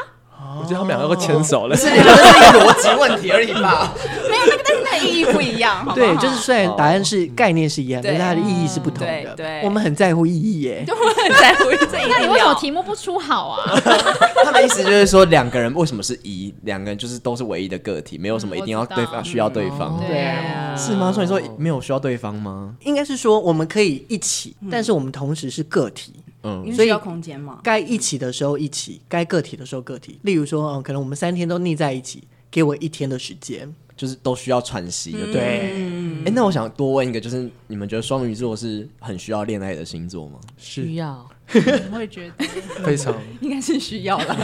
Speaker 4: 我觉得他们两个都牵手了，
Speaker 8: 是你们这是一个逻辑问题而已吧？
Speaker 6: 没有那个，但是那个意义不一样，好不好
Speaker 3: 对，
Speaker 6: <laughs>
Speaker 3: 就是虽然答案是概念是一样，但
Speaker 6: 对
Speaker 3: 是它的意义是不同的。
Speaker 6: 对对
Speaker 3: 我们很在乎意义哎耶。
Speaker 6: 就我很在乎这一
Speaker 7: 那你
Speaker 6: 定
Speaker 7: 为什么
Speaker 6: 要。
Speaker 7: 题目不出好啊？
Speaker 8: 他的意思就是说，两个人为什么是一？两个人就是都是唯一的个体，没有什么一定要对
Speaker 7: 我知道
Speaker 8: 方需要对方。
Speaker 7: 对啊，
Speaker 8: 是吗？所以说没有需要对方吗？
Speaker 3: 应该是说我们可以一起，但是我们同时是个体。
Speaker 8: 嗯
Speaker 6: 你是需要空间吗？
Speaker 3: 该一起的时候一起，该个体的时候个体。例如说，嗯，可能我们三天都腻在一起，给我一天的时间。
Speaker 8: 就是都需要喘息，
Speaker 7: 嗯
Speaker 8: 对不对？
Speaker 3: 对，
Speaker 8: 哎、那我想多问一个，就是你们觉得双鱼座是很需要恋爱的星座吗？
Speaker 1: 需要
Speaker 7: 我也觉得，
Speaker 4: <laughs> 非常
Speaker 6: 应该是需要
Speaker 8: <laughs>
Speaker 6: 了，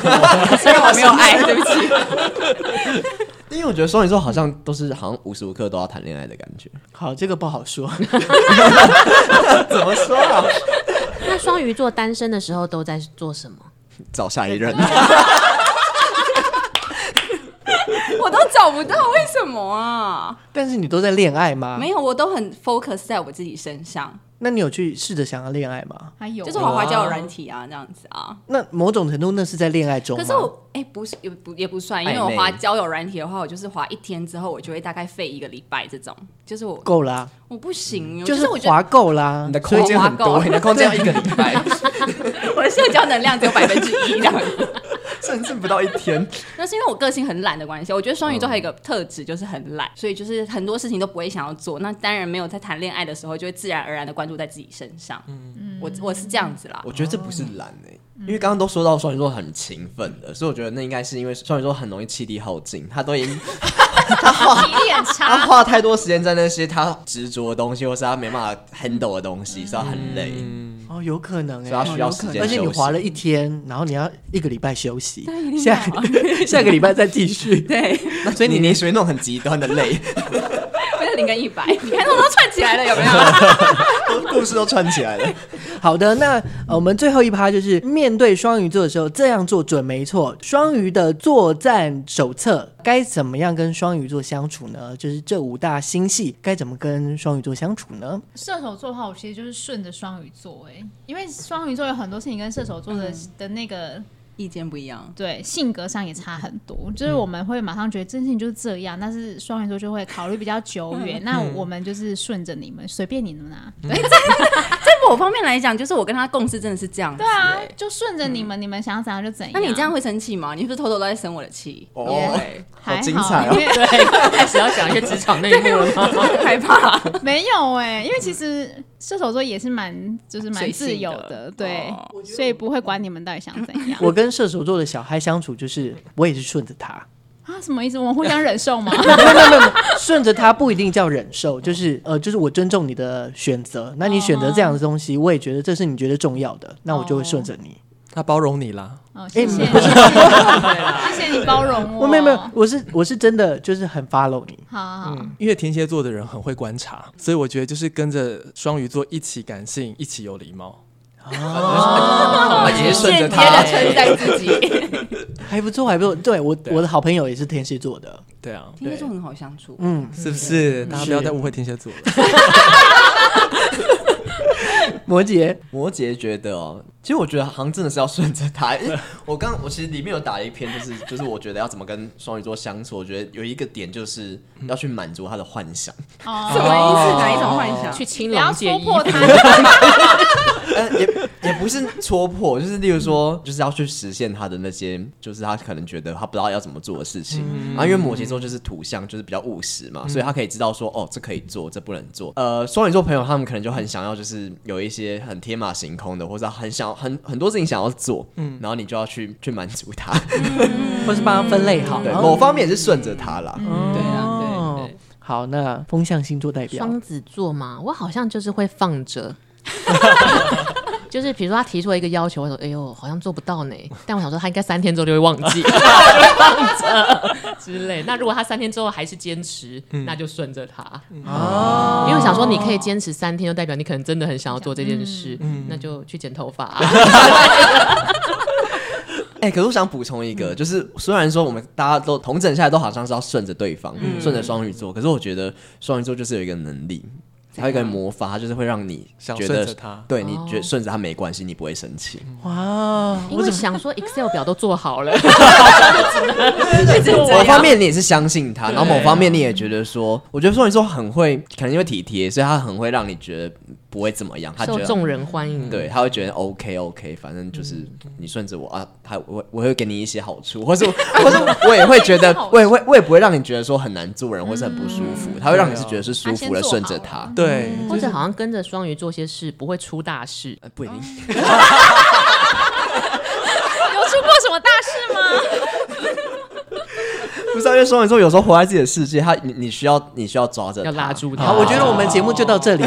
Speaker 6: 虽然我没有爱，对不起。
Speaker 8: 因为我觉得双鱼座好像都是好像无时无刻都要谈恋爱的感觉。
Speaker 3: 好，这个不好说。 <laughs>
Speaker 8: 怎么说啊？
Speaker 1: 那双鱼座单身的时候都在做什么？
Speaker 8: 找下一
Speaker 7: <laughs>
Speaker 8: 任，
Speaker 6: 我都找不到，为什么啊？
Speaker 3: 但是你都在恋爱吗？
Speaker 6: 没有，我都很 focus 在我自己身上，
Speaker 3: 那你有去试着想要恋爱吗？
Speaker 7: 还有
Speaker 6: 就是滑滑交友软体啊，这样子啊。
Speaker 3: 那某种程度那是在恋爱中吗
Speaker 6: 可是我哎、不是也不也不算，因为我
Speaker 8: 暧昧
Speaker 6: 滑交友软体的话，我就是滑一天之后，我就会大概废一个礼拜这种，就是我
Speaker 3: 够啦，
Speaker 6: 我不行，
Speaker 3: 哦嗯就是
Speaker 6: 我觉
Speaker 3: 滑够啦
Speaker 8: 你。的空间很
Speaker 6: 我
Speaker 8: 多，
Speaker 6: 挖够
Speaker 8: 你的空间要一个礼
Speaker 7: <laughs>
Speaker 8: 拜，
Speaker 6: 得我的社交能量只有百分之一这样子。 <laughs>
Speaker 8: 甚至不到一天。
Speaker 6: 那是因为我个性很懒的关系，我觉得双鱼座还有一个特质就是很懒，所以就是很多事情都不会想要做。那当然没有在谈恋爱的时候，就会自然而然的关注在自己身上。嗯，我我是这样子啦
Speaker 8: 我。觉得这不是懒哎、
Speaker 7: 哦
Speaker 8: 因为刚刚都说
Speaker 7: <laughs>
Speaker 8: 到双鱼座很勤奋的，所以我觉得那应该是因为双鱼座很容易气力耗尽，他都已经
Speaker 7: 体力很
Speaker 8: 他
Speaker 7: 差。
Speaker 8: 花太多时间在那些他执着的东西，或是他没办法 handle 的东西，所以他很累。
Speaker 3: 哦，有可能哎、
Speaker 8: 所以他需要时间
Speaker 3: 而且你
Speaker 8: 休息
Speaker 3: 滑了一天，然后你要一个礼拜休息，
Speaker 6: 啊
Speaker 3: 下下个 <laughs> 礼拜再继续。对，
Speaker 8: 所以你你属于 <laughs> 那种很极端的累，
Speaker 6: 不是零跟一百，你看都都串起来了，有没有？
Speaker 8: 故事都串起来 <laughs> 了。
Speaker 3: 好的，那、呃我们最后一趴就是面对双鱼座的时候，这样做准没错。双鱼的作战手册该怎么样跟双鱼座相处呢？就是这五大星系该怎么跟双鱼座相处呢？
Speaker 7: 射手座的话，我其实就是顺着双鱼座哎、因为双鱼座有很多事情跟射手座的、
Speaker 6: 嗯
Speaker 7: 的那个
Speaker 6: <laughs> 意见不一样，
Speaker 7: 对性格上也差很多，
Speaker 6: 嗯
Speaker 7: 就是我们会马上觉得真性就是这样，但是双鱼座就会考虑比较久
Speaker 6: <laughs>
Speaker 7: 远。那我们就是顺着你们，随便你们啊拿。
Speaker 6: 嗯在某方面来讲，就是我跟他共识真的是这样子、
Speaker 7: 对啊
Speaker 6: 欸，
Speaker 7: 就顺着你们，你们想怎样就怎样。
Speaker 6: 那你这样会生气吗？你是不是偷偷都在生我的气？
Speaker 8: 哦
Speaker 6: 对，
Speaker 7: 还
Speaker 8: 好精彩哦
Speaker 7: 因为
Speaker 1: 对， <laughs> 开始要讲一些职场内幕了吗？
Speaker 6: <laughs> 害怕。
Speaker 7: 没有哎、因为其实射手座也是蛮就是蛮
Speaker 6: 随性
Speaker 7: 自由
Speaker 6: 的
Speaker 7: 的，对，
Speaker 6: 哦
Speaker 7: 所以不会管你们到底想怎样
Speaker 3: 我跟射手座的小嗨相处，就是我也是顺着他， <laughs>
Speaker 7: 啊？什么意思？我们互相忍受吗？
Speaker 3: 没有没有没有，顺着他不一定叫忍受，就是呃，就是我尊重你的选择。那你选择这样的东西，我也觉得这是你觉得重要的，那我就会顺着你。
Speaker 4: 他包容你啦，
Speaker 7: 哦，谢谢，
Speaker 3: 哎不
Speaker 6: <laughs>
Speaker 7: 谢谢你包容我。
Speaker 3: 我没有没有，我是我是真的就是很 follow 你。
Speaker 7: 好好
Speaker 6: 嗯
Speaker 7: 好，
Speaker 4: 因为天蝎座的人很会观察，所以我觉得就是跟着双鱼座一起感性，一起有礼貌。
Speaker 8: <laughs>
Speaker 6: 哦
Speaker 8: 啊，你是顺着他
Speaker 6: 间，接的称赞自 <laughs> 己，
Speaker 3: 还不错，还不错。对啊我我的好朋友也是天蝎座的，
Speaker 4: 对啊，
Speaker 6: 天蝎座很好相处。
Speaker 3: 嗯，
Speaker 4: 是不是？大家不要再误会天蝎座了。
Speaker 3: 摩羯
Speaker 8: 摩羯觉得哦，其实我觉得好像真的是要顺着他。 <laughs> 因为我刚我其实里面有打了一篇，就是就是我觉得要怎么跟双鱼座相处，我觉得有一个点就是要去满足他的幻想，
Speaker 6: 什么意思？哪一种幻想？
Speaker 1: 去青
Speaker 7: 哦不要
Speaker 1: 龙借
Speaker 7: 戳
Speaker 1: 衣 <laughs>
Speaker 7: 破
Speaker 1: 服，
Speaker 7: 他。
Speaker 8: 呃，也也不是戳破，就是例如说，就是要去实现他的那些，就是他可能觉得他不知道要怎么做的事情。然后因为摩羯座就是土象，就是比较务实嘛，所以他可以知道说，哦，这可以做，这不能做。呃，双鱼座朋友他们可能就很想要，就是有一些很天马行空的，或者很想很很多事情想要做，嗯，然后你就要去去满足他，
Speaker 3: 或是帮他分类嗯好。
Speaker 8: 对，
Speaker 3: 然后
Speaker 8: 某方面也是顺着他啦。
Speaker 6: 对啊，
Speaker 3: 哦，好，那风象星座代表
Speaker 1: 双子座嘛，我好像就是会放着。 <laughs> 就是比如说他提出了一个要求，我说：“哎呦，好像做不到呢。”但我想说他应该三天之后就会忘记，就会放着之类。那如果他三天之后还是坚持，
Speaker 3: 嗯
Speaker 1: 那就顺着他。因为我想说你可以坚持三天，就代表你可能真的很想要做这件事，
Speaker 3: 嗯
Speaker 1: 那就去剪头发、
Speaker 3: <laughs>
Speaker 8: 哎、可是我想补充一
Speaker 4: 嗯
Speaker 8: 个，就是虽然说我们大家都同整下来都好像是要顺着对方，
Speaker 4: 嗯
Speaker 8: 顺着双鱼座，可是我觉双鱼座就是有一个能力，还有一个魔法，它就是会让你
Speaker 4: 想
Speaker 8: 觉
Speaker 4: 顺
Speaker 8: 得
Speaker 4: 着哦嗯它
Speaker 8: 对你觉顺着他没关系，你不会生气。
Speaker 3: 哇，
Speaker 1: 因为想说 Excel 表都做
Speaker 3: <laughs>
Speaker 1: 好了，
Speaker 8: 某方面你也是相信他，然后某方面你也觉得说，我觉得双鱼座很会，可能因为体贴，所以他很会让你觉得不会怎么样，他觉
Speaker 1: 受
Speaker 8: 得
Speaker 1: 众人欢
Speaker 7: 嗯
Speaker 3: 嗯
Speaker 1: 迎。
Speaker 8: 对，他会觉得 OK OK，反正就是你顺着我啊，他我我会给你一些好处， <laughs> 或是或是我也会觉
Speaker 7: <laughs>
Speaker 8: 得，我也会我也不会让你觉得说很难做人，或是很不舒服，他会让你是觉得是舒服的，
Speaker 7: 嗯他先做好嗯
Speaker 8: 顺着他。
Speaker 4: 对，
Speaker 1: 或者好像跟着双鱼做些事不会出大事，
Speaker 8: 呃不一定，
Speaker 7: 哦有出过什么大事吗？
Speaker 8: <laughs> 不是啊因为双鱼座有时候活在自己的世界，他你你需要你需要抓着他
Speaker 1: 要拉住他。
Speaker 3: 好，我觉得我们节目就到这 <laughs> 里。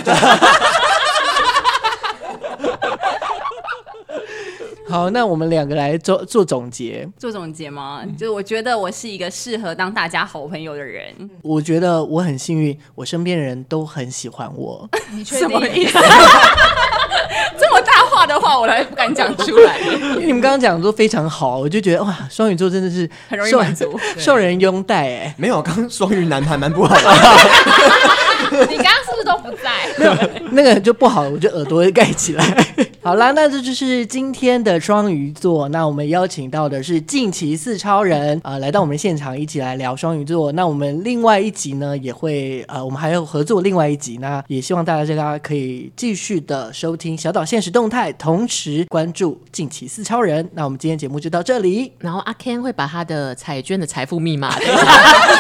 Speaker 3: 好，那我们两个来做做总结。
Speaker 6: 做总结吗？就是我觉得我是一个适合当大家好朋友的人，
Speaker 3: 我觉得我很幸运，我身边的人都很喜欢 <laughs> 我。
Speaker 7: 你确
Speaker 6: 什
Speaker 7: 定
Speaker 6: 么？意思？ <laughs> 这么大话的话，我还不敢讲出 <laughs> 来，
Speaker 3: 因为你们刚刚讲的都非常好，我就觉得哇，双鱼座真的是
Speaker 6: 很容易
Speaker 3: 受
Speaker 6: 满足。
Speaker 3: 受人拥戴哎、
Speaker 8: 没有，刚刚双鱼男还蛮不好的，
Speaker 7: 你刚刚是不是都不在？
Speaker 3: <laughs> 那个就不好，我就耳朵会盖起来。 <laughs> 好啦，那这就是今天的双鱼座。那我们邀请到的是近期四超人啊、呃来到我们现场一起来聊双鱼座。那我们另外一集呢，也会呃，我们还有合作另外一集。那也希望大家大家可以继续的收听小岛现实动态，同时关注近期四超人。那我们今天节目就到这里。
Speaker 1: 然后阿 Ken 会把他的彩券的财富密
Speaker 8: <laughs>
Speaker 1: 码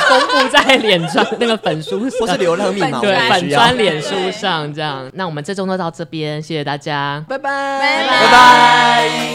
Speaker 1: 公布在脸上那个粉书
Speaker 8: 或是
Speaker 1: 上，
Speaker 8: 流浪密
Speaker 1: <laughs>
Speaker 8: 码，我
Speaker 1: 对
Speaker 8: 也
Speaker 1: 粉
Speaker 8: 需要
Speaker 1: 砖脸书上这样。那我们这周就到这边，谢谢大家。
Speaker 3: 拜拜，拜
Speaker 6: 拜
Speaker 8: 拜拜。